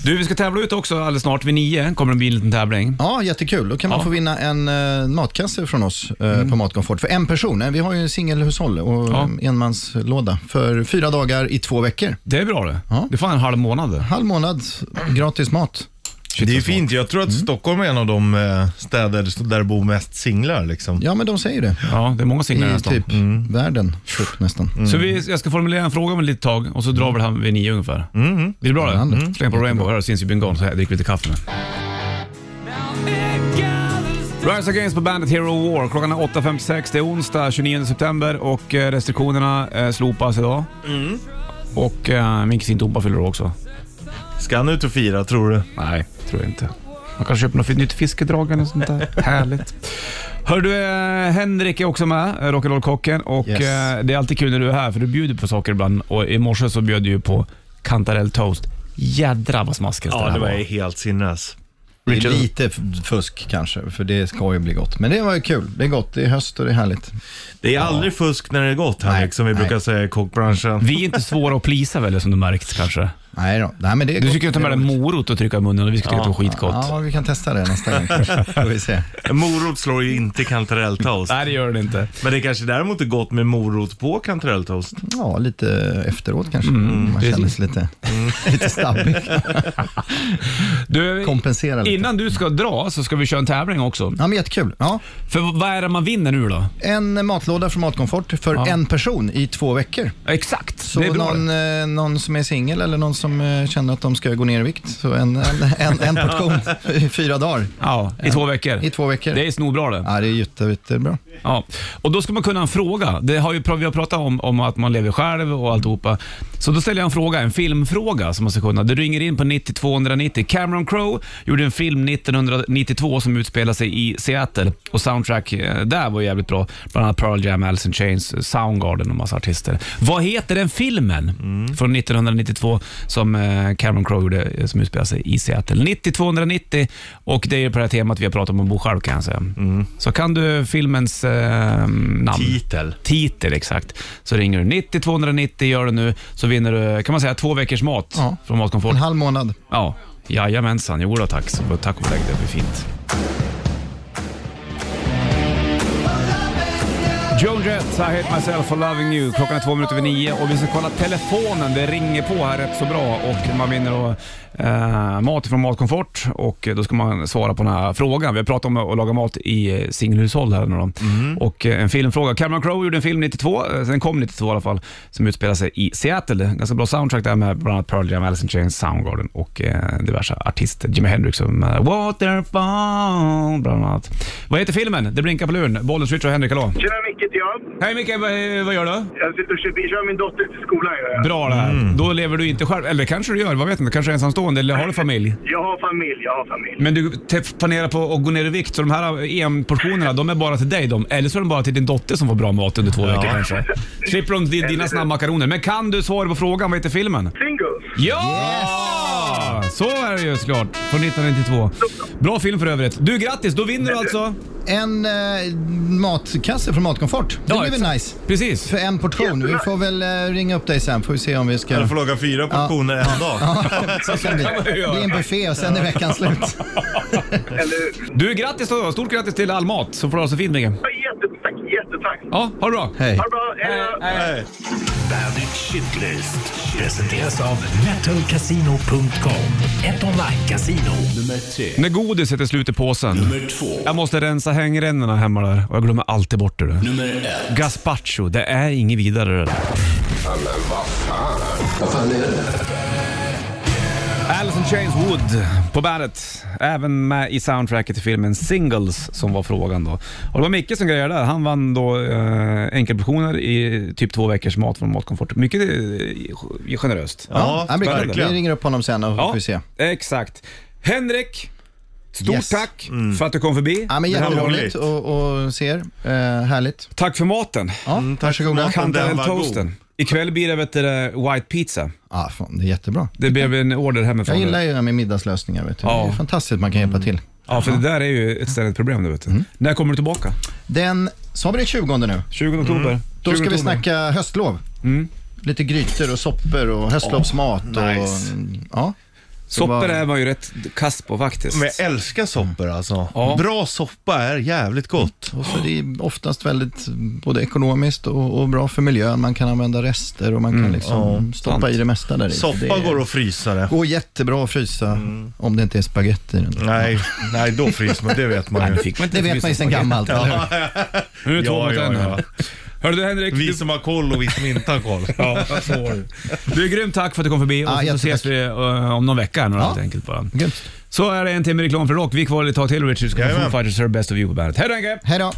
Speaker 2: Du, vi ska tävla ut också alldeles snart. Vid nio kommer det bli en liten tävling.
Speaker 8: Ja, jättekul. Då kan man
Speaker 2: Ja. Mm.
Speaker 8: få vinna en eh, matkasse från oss eh, på Matkomfort. För en person. Eh, Vi har ju en singelhushåll och
Speaker 2: Ja.
Speaker 8: en enmanslåda för fyra dagar i två veckor.
Speaker 2: Det är bra det.
Speaker 8: Ja.
Speaker 2: Det är fan en halv månad. det.
Speaker 8: Halv månad, gratis mat.
Speaker 3: Det är ju fint, jag tror att
Speaker 8: Mm.
Speaker 3: Stockholm är en av de eh, städer där det bor mest singlar liksom.
Speaker 8: Ja, men de säger det.
Speaker 2: Ja, det är många singlar i den här
Speaker 8: I
Speaker 2: stan.
Speaker 8: typ
Speaker 2: Mm.
Speaker 8: världen, typ, nästan.
Speaker 2: Så vi, jag ska formulera en fråga om ett litet tag och så drar vi det här vid nio ungefär. Blir det bra det? Mm. Släng på Rainbow här, since you've been gone, så här dricker vi lite kaffe nu. Rise Against på bandet Hero War. Klockan är 8.56, det är onsdag 29 september och eh, restriktionerna eh, slopas idag. Och eh, min kusin Tompa fyller år också.
Speaker 3: Ska han ut och fira tror du?
Speaker 2: Nej, tror jag inte. Man kanske köper något fi- nytt fiskedrag eller sånt där. Härligt. Hör du, eh, Henrik är också med, eh, rock'n'roll-kocken. Och
Speaker 8: Yes.
Speaker 2: eh, det är alltid kul när du är här, för du bjuder på saker ibland. Och i morse så bjöd du ju på kantarelltoast. Jädrar vad smaskigt
Speaker 3: Ja,
Speaker 2: här
Speaker 3: det var ju helt sinnes.
Speaker 8: Det är lite f- fusk kanske, för det ska ju bli gott. Men det var ju kul. Det är gott, det är höst och det är härligt.
Speaker 3: Det är aldrig fusk när det är gott Henrik, som vi
Speaker 8: nej.
Speaker 3: brukar säga i kockbranschen.
Speaker 2: Vi är inte svåra att plisa väl, som du märkt kanske?
Speaker 8: Nej då. Nej, men det är
Speaker 2: Du
Speaker 8: gott.
Speaker 2: skulle kunna ta med dig morot och trycka i munnen och vi skulle tycka att det var skitgott.
Speaker 8: Ja, vi kan testa det nästa gång kanske. Får vi se.
Speaker 3: Morot slår ju inte kantarelltoast.
Speaker 2: Nej, det gör det inte.
Speaker 3: Men det kanske däremot är gott med morot på kantarelltoast.
Speaker 8: Ja, lite efteråt kanske.
Speaker 2: Mm,
Speaker 8: Man känner sig lite, lite stabbig.
Speaker 2: Du,
Speaker 8: Kompensera lite.
Speaker 2: innan du ska dra så ska vi köra en tävling också.
Speaker 8: Ja, men jättekul. Ja.
Speaker 2: För vad är det man vinner nu då?
Speaker 8: En matlåda från Matkomfort för en person i två veckor.
Speaker 2: Exakt,
Speaker 8: Så
Speaker 2: det är bra.
Speaker 8: någon, eh, någon som är singel eller någon som eh, känner att de ska gå ner i vikt. Så en, en, en, en portion i fyra dagar.
Speaker 2: Ja, i två veckor.
Speaker 8: I två veckor.
Speaker 2: Det är snorbra det.
Speaker 8: Ja, det är jätte, jättebra.
Speaker 2: Ja. Och då ska man kunna ha en fråga. Det har ju, vi har pratat om, om att man lever själv och alltihopa. Så då ställer jag en fråga, en filmfråga som man ska kunna. Du ringer in på 90 290. Cameron Crowe gjorde en film 1992 som utspelar sig i Seattle och soundtrack eh, där var jävligt bra. Bland annat Pearl Jam, Alice in Chains, Soundgarden och massa artister. Vad heter den filmen från 1992 som eh, Cameron Crowe gjorde, eh, som utspelar sig i Seattle? 90 290 och det är ju på det här temat vi har pratat om att bo själv kan jag säga. Så kan du filmens eh, namn?
Speaker 3: Titel.
Speaker 2: Titel, exakt. Så ringer du 90 290, gör det nu, så vinner du, kan man säga, två veckors mat
Speaker 8: Ja.
Speaker 2: från Matkomfort.
Speaker 8: En halv månad.
Speaker 2: Ja, jajamensan. Jo då, tack. Så, tack och belägg, det blir fint. Joan Jett, I hate myself for loving you. Klockan är två minuter över nio och vi ska kolla telefonen. Det ringer på här rätt så bra och man vinner då, eh, mat från Matkomfort och då ska man svara på den här frågan. Vi har pratat om att laga mat i eh, singelhushåll här nu då. Och eh, en filmfråga. Cameron Crowe gjorde en film 92, eh, den kom 92 i alla fall, som utspelar sig i Seattle. Ganska bra soundtrack där med bland annat Pearl Jam, Alice in Chains, Soundgarden och eh, diverse artister. Jimi Hendrix som eh, Waterfall bland annat. Vad heter filmen? Det blinkar på luren. Bollens Richard och Henrik, hallå.
Speaker 7: Tjena Micke heter jag.
Speaker 2: Hej Micke, vad, vad gör du?
Speaker 7: Jag sitter och kör, kör min dotter till skolan. gör Jag.
Speaker 2: Bra det här.
Speaker 8: Mm.
Speaker 2: Då lever du inte själv. Eller kanske du gör, vad vet inte. Kanske är ensamstående eller har du familj?
Speaker 7: jag har familj, jag har familj.
Speaker 2: Men du te- planerar på att gå ner i vikt, så de här EM-portionerna, de är bara till dig de. Eller så är de bara till din dotter som får bra mat under två veckor kanske. Slipper de di- dina snabbmakaroner. Men kan du svara på frågan, vad heter filmen?
Speaker 7: Singles.
Speaker 2: Ja! Så är det ju såklart. Från 1992. Bra film för övrigt. Du, grattis! Då vinner du alltså...
Speaker 8: En eh, matkasse från Matkomfort. Det blir väl
Speaker 2: exakt.
Speaker 8: nice?
Speaker 2: Precis.
Speaker 8: För en portion. Vi får väl eh, ringa upp dig sen. Får vi se om vi ska...
Speaker 3: Du får laga fyra portioner en dag.
Speaker 8: Så kan det
Speaker 2: man ju
Speaker 8: bli.
Speaker 2: göra.
Speaker 8: Det är en buffé och sen är veckan slut.
Speaker 2: Du, grattis då! Stort grattis till all mat, så får du ha så fint Micke.
Speaker 7: Jättetack, jättetack.
Speaker 2: Ja, ha det bra!
Speaker 8: Hej.
Speaker 7: Ha det bra, hej
Speaker 2: Eh,
Speaker 7: då.
Speaker 3: Nej.
Speaker 5: Bandit Shitlist presenteras av metalcasino.com. Ett online-casino. Nummer tre.
Speaker 2: När godiset är slut i påsen.
Speaker 5: Nummer två.
Speaker 2: Jag måste rensa hängrännorna hemma där och jag glömmer alltid bort det. där.
Speaker 5: Nummer ett.
Speaker 2: Gazpacho, det är inget vidare det där. Alice in Chains Wood på bandet. Även med i soundtracket till filmen Singles som var frågan då. Och det var Micke som grejade där. Han vann då eh, enkelportioner i typ två veckors mat från Matkomfort. Mycket eh, generöst.
Speaker 3: Ja,
Speaker 8: han blir kul. Vi
Speaker 3: verkligen.
Speaker 8: ringer upp honom sen och får vi se.
Speaker 2: exakt. Henrik, stort
Speaker 8: Yes.
Speaker 2: tack
Speaker 3: Mm.
Speaker 2: för att du kom förbi.
Speaker 8: Ja, men
Speaker 3: Det här var
Speaker 8: jätteroligt
Speaker 3: roligt.
Speaker 8: och, och se er. Eh, härligt.
Speaker 2: Tack för maten.
Speaker 8: Ja, varsågoda.
Speaker 3: maten. den var
Speaker 2: Kantarelltoasten. Ikväll blir det vet du, det, white pizza.
Speaker 8: Ja, fan, det är jättebra.
Speaker 2: Det blev en order hemifrån.
Speaker 8: Jag gillar ju det här med middagslösningar. Vet du.
Speaker 2: Ja.
Speaker 8: Det är fantastiskt att man kan hjälpa till.
Speaker 2: Ja, för det där är ju ett ständigt problem. Du vet.
Speaker 8: Mm.
Speaker 2: När kommer du tillbaka? Mm.
Speaker 8: Den, sa vi den 20 nu?
Speaker 2: 20 oktober.
Speaker 8: Då
Speaker 2: 20
Speaker 8: ska vi
Speaker 2: oktober.
Speaker 8: snacka höstlov. Lite grytor och soppor och höstlovsmat.
Speaker 3: nice.
Speaker 8: och, ja.
Speaker 2: Soppor
Speaker 8: bara-
Speaker 2: är man ju rätt kass på faktiskt.
Speaker 3: Men jag älskar soppor alltså.
Speaker 2: Ja.
Speaker 3: Bra soppa är jävligt gott.
Speaker 8: Och så är det är oftast väldigt både ekonomiskt och, och bra för miljön. Man kan använda rester och man kan liksom stoppa
Speaker 2: Mm, sant.
Speaker 8: i det mesta där i. det
Speaker 3: Soppa
Speaker 8: är-
Speaker 3: går att frysa det.
Speaker 8: går jättebra att frysa
Speaker 2: Mm.
Speaker 8: om det inte är spagetti i den.
Speaker 3: Nej, nej då fryser man, det vet man
Speaker 2: Nej, det
Speaker 3: ju.
Speaker 2: fick man inte
Speaker 8: Det vet man ju sedan gammalt, eller hur?
Speaker 2: Nu är det två
Speaker 3: Ja,
Speaker 2: mot
Speaker 3: ja,
Speaker 2: en
Speaker 3: ja.
Speaker 2: här. Hörru du Henrik,
Speaker 3: Vi
Speaker 2: du,
Speaker 3: som har koll och vi som inte har koll.
Speaker 2: du är grym. Tack för att du kom förbi. Och
Speaker 8: Ja,
Speaker 2: så
Speaker 8: jättetack.
Speaker 2: ses vi eh, om någon vecka här nu,
Speaker 8: Ja.
Speaker 2: helt enkelt bara.
Speaker 8: Grymt.
Speaker 2: Så är det en timme reklam för rock. Vi är kvar ett tag till Richard. Ska få
Speaker 3: Jajamän.
Speaker 2: Foo Fighters Her Best of You på bandet. Hej då Henke!
Speaker 8: Hej då.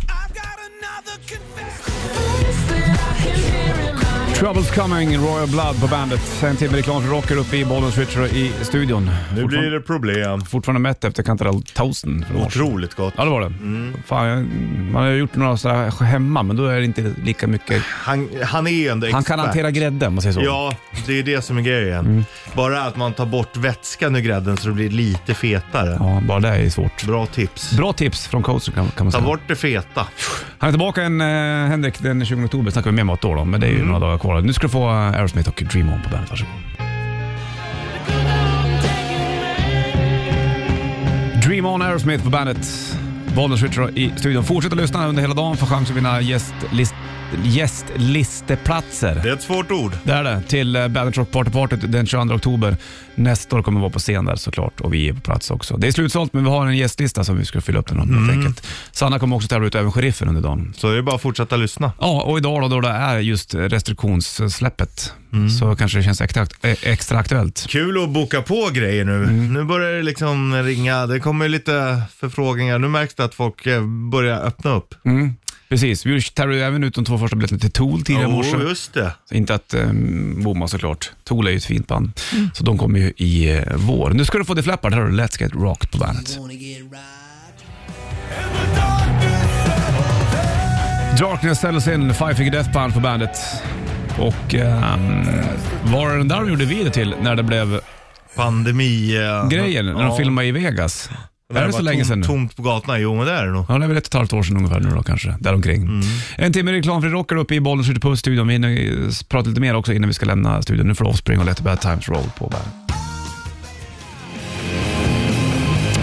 Speaker 2: Troubles Coming, Royal Blood på bandet. En timme reklam för rocker uppe i Bollnäs Richard i studion.
Speaker 3: Nu
Speaker 2: Fortfar-
Speaker 3: blir det problem.
Speaker 2: Fortfarande mätt efter kantarelltoasten. från morse.
Speaker 3: Otroligt gott.
Speaker 2: Ja, det var det.
Speaker 3: Mm.
Speaker 2: Fan, jag, man har ju gjort några sådär hemma, men då är det inte lika mycket.
Speaker 3: Han, han är ju ändå expert.
Speaker 2: Han kan hantera Mm. grädde, om man säger så.
Speaker 3: Ja, det är det som är grejen. Bara att man tar bort vätskan ur grädden så det blir lite fetare.
Speaker 2: Ja, bara det är svårt.
Speaker 3: Bra tips.
Speaker 2: Bra tips från coachen kan, kan man
Speaker 3: Ta
Speaker 2: säga.
Speaker 3: bort det feta.
Speaker 2: Han är tillbaka en, eh, Henrik den 20 oktober. Snackar vi mer mat då, då men det är ju några dagar kvar. Nu ska du få eh, Aerosmith och Dream On på bandet. Varsågod. on Aerosmith på bandet. Bollnäs Ritcher i studion. Fortsätt att lyssna under hela dagen för chans att vinna gästlist, gästlisteplatser.
Speaker 3: Det är ett svårt ord.
Speaker 2: Det är det. Till eh, Bandit Rock Party Party den 22 oktober. Nästa kommer vi vara på scen där såklart och vi är på plats också. Det är slutsålt men vi har en gästlista som vi ska fylla upp den mm. helt enkelt. Sanna kommer också tävla ut även sheriffen under dagen.
Speaker 3: Så det är bara att fortsätta lyssna.
Speaker 2: Ja, och idag då, då det är just restriktionssläppet så kanske det känns extra, eh, extra aktuellt.
Speaker 3: Kul att boka på grejer nu.
Speaker 2: Mm.
Speaker 3: Nu börjar det liksom ringa. Det kommer lite förfrågningar. Nu märks det att folk eh, börjar öppna upp.
Speaker 2: Precis, vi tar ju även ut de två första biljetterna till Tool tidigare i morse.
Speaker 3: Jo, just det.
Speaker 2: Så Inte att um, bomma såklart. Tool är ju ett fint band, så de kommer ju i eh, vår. Nu ska du få The Flappard, här har du Let's Get Rocked på bandet. Darkness Sells In, Five Finger Death Band på bandet. Och ehm, var det den där de gjorde video till när det blev
Speaker 3: Pandemi... eh,
Speaker 2: grejen, när de
Speaker 3: ja.
Speaker 2: filmade i Vegas? är det
Speaker 3: var
Speaker 2: så länge
Speaker 3: tomt-
Speaker 2: sedan nu?
Speaker 3: Tomt på gatorna. Jo, men det är det nog.
Speaker 2: Ja, det är väl ett och ett halvt år sedan ungefär nu då kanske, däromkring.
Speaker 3: Mm.
Speaker 2: En timme reklamfri rockar uppe i Bollnäs ute på studion. Vi hinner eh, prata lite mer också innan vi ska lämna studion. Nu får Offspring och Let the Bad Times Roll på bandet.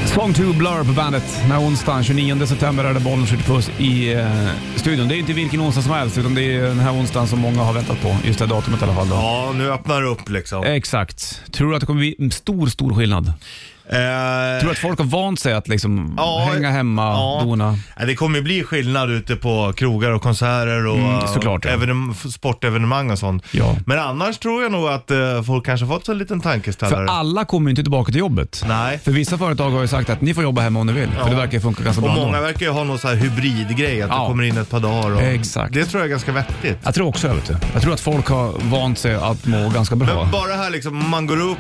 Speaker 2: Song 2 Blur på bandet. Den här onsdagen 29 september är det Bollnäs ute på i eh, studion. Det är inte vilken onsdag som helst utan det är den här onsdagen som många har väntat på. Just det här datumet i alla fall. Då.
Speaker 3: Ja, nu öppnar det upp liksom.
Speaker 2: Eh, Exakt. Tror du att det kommer bli en stor, stor skillnad?
Speaker 3: Eh,
Speaker 2: Tror du att folk har vant sig att liksom hänga hemma,
Speaker 3: ja.
Speaker 2: dona?
Speaker 3: Ja, eh, Det kommer ju bli skillnad ute på krogar och konserter och
Speaker 2: Mm, såklart, ja.
Speaker 3: evenem- sportevenemang och sånt.
Speaker 2: Ja.
Speaker 3: Men annars tror jag nog att eh, folk kanske fått sig en liten tankeställare.
Speaker 2: För alla kommer ju inte tillbaka till jobbet.
Speaker 3: Nej.
Speaker 2: För vissa företag har ju sagt att ni får jobba hemma om ni vill, för det verkar ju funka ganska
Speaker 3: Och
Speaker 2: bra
Speaker 3: många
Speaker 2: ändå.
Speaker 3: verkar ju ha någon så här hybridgrej, att
Speaker 2: Ja.
Speaker 3: det kommer in ett par dagar. Och
Speaker 2: Exakt.
Speaker 3: Det tror jag är ganska vettigt.
Speaker 2: Jag tror också det, vet du. Jag tror att folk har vant sig att må ganska
Speaker 3: Men
Speaker 2: bra.
Speaker 3: bara här liksom, man går upp,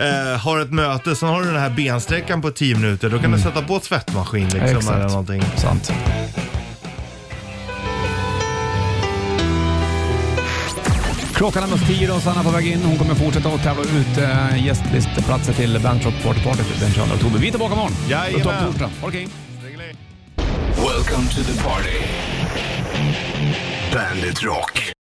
Speaker 3: eh, har ett möte, sen har du den här bensträckan på 10 minuter. Då kan du sätta på tvättmaskin liksom,
Speaker 2: Mm. Exakt.
Speaker 3: eller någonting.
Speaker 2: Sant. Klockan är nästan tio och Sanna på väg in. Hon kommer fortsätta att tävla ut äh, gästlisteplatser till Bandrock Party Party den 22 oktober. Vi är tillbaka imorgon.
Speaker 3: Jajamän.
Speaker 2: På topptorsdag. Ha det kul.
Speaker 1: Welcome to the party. Bandit Rock.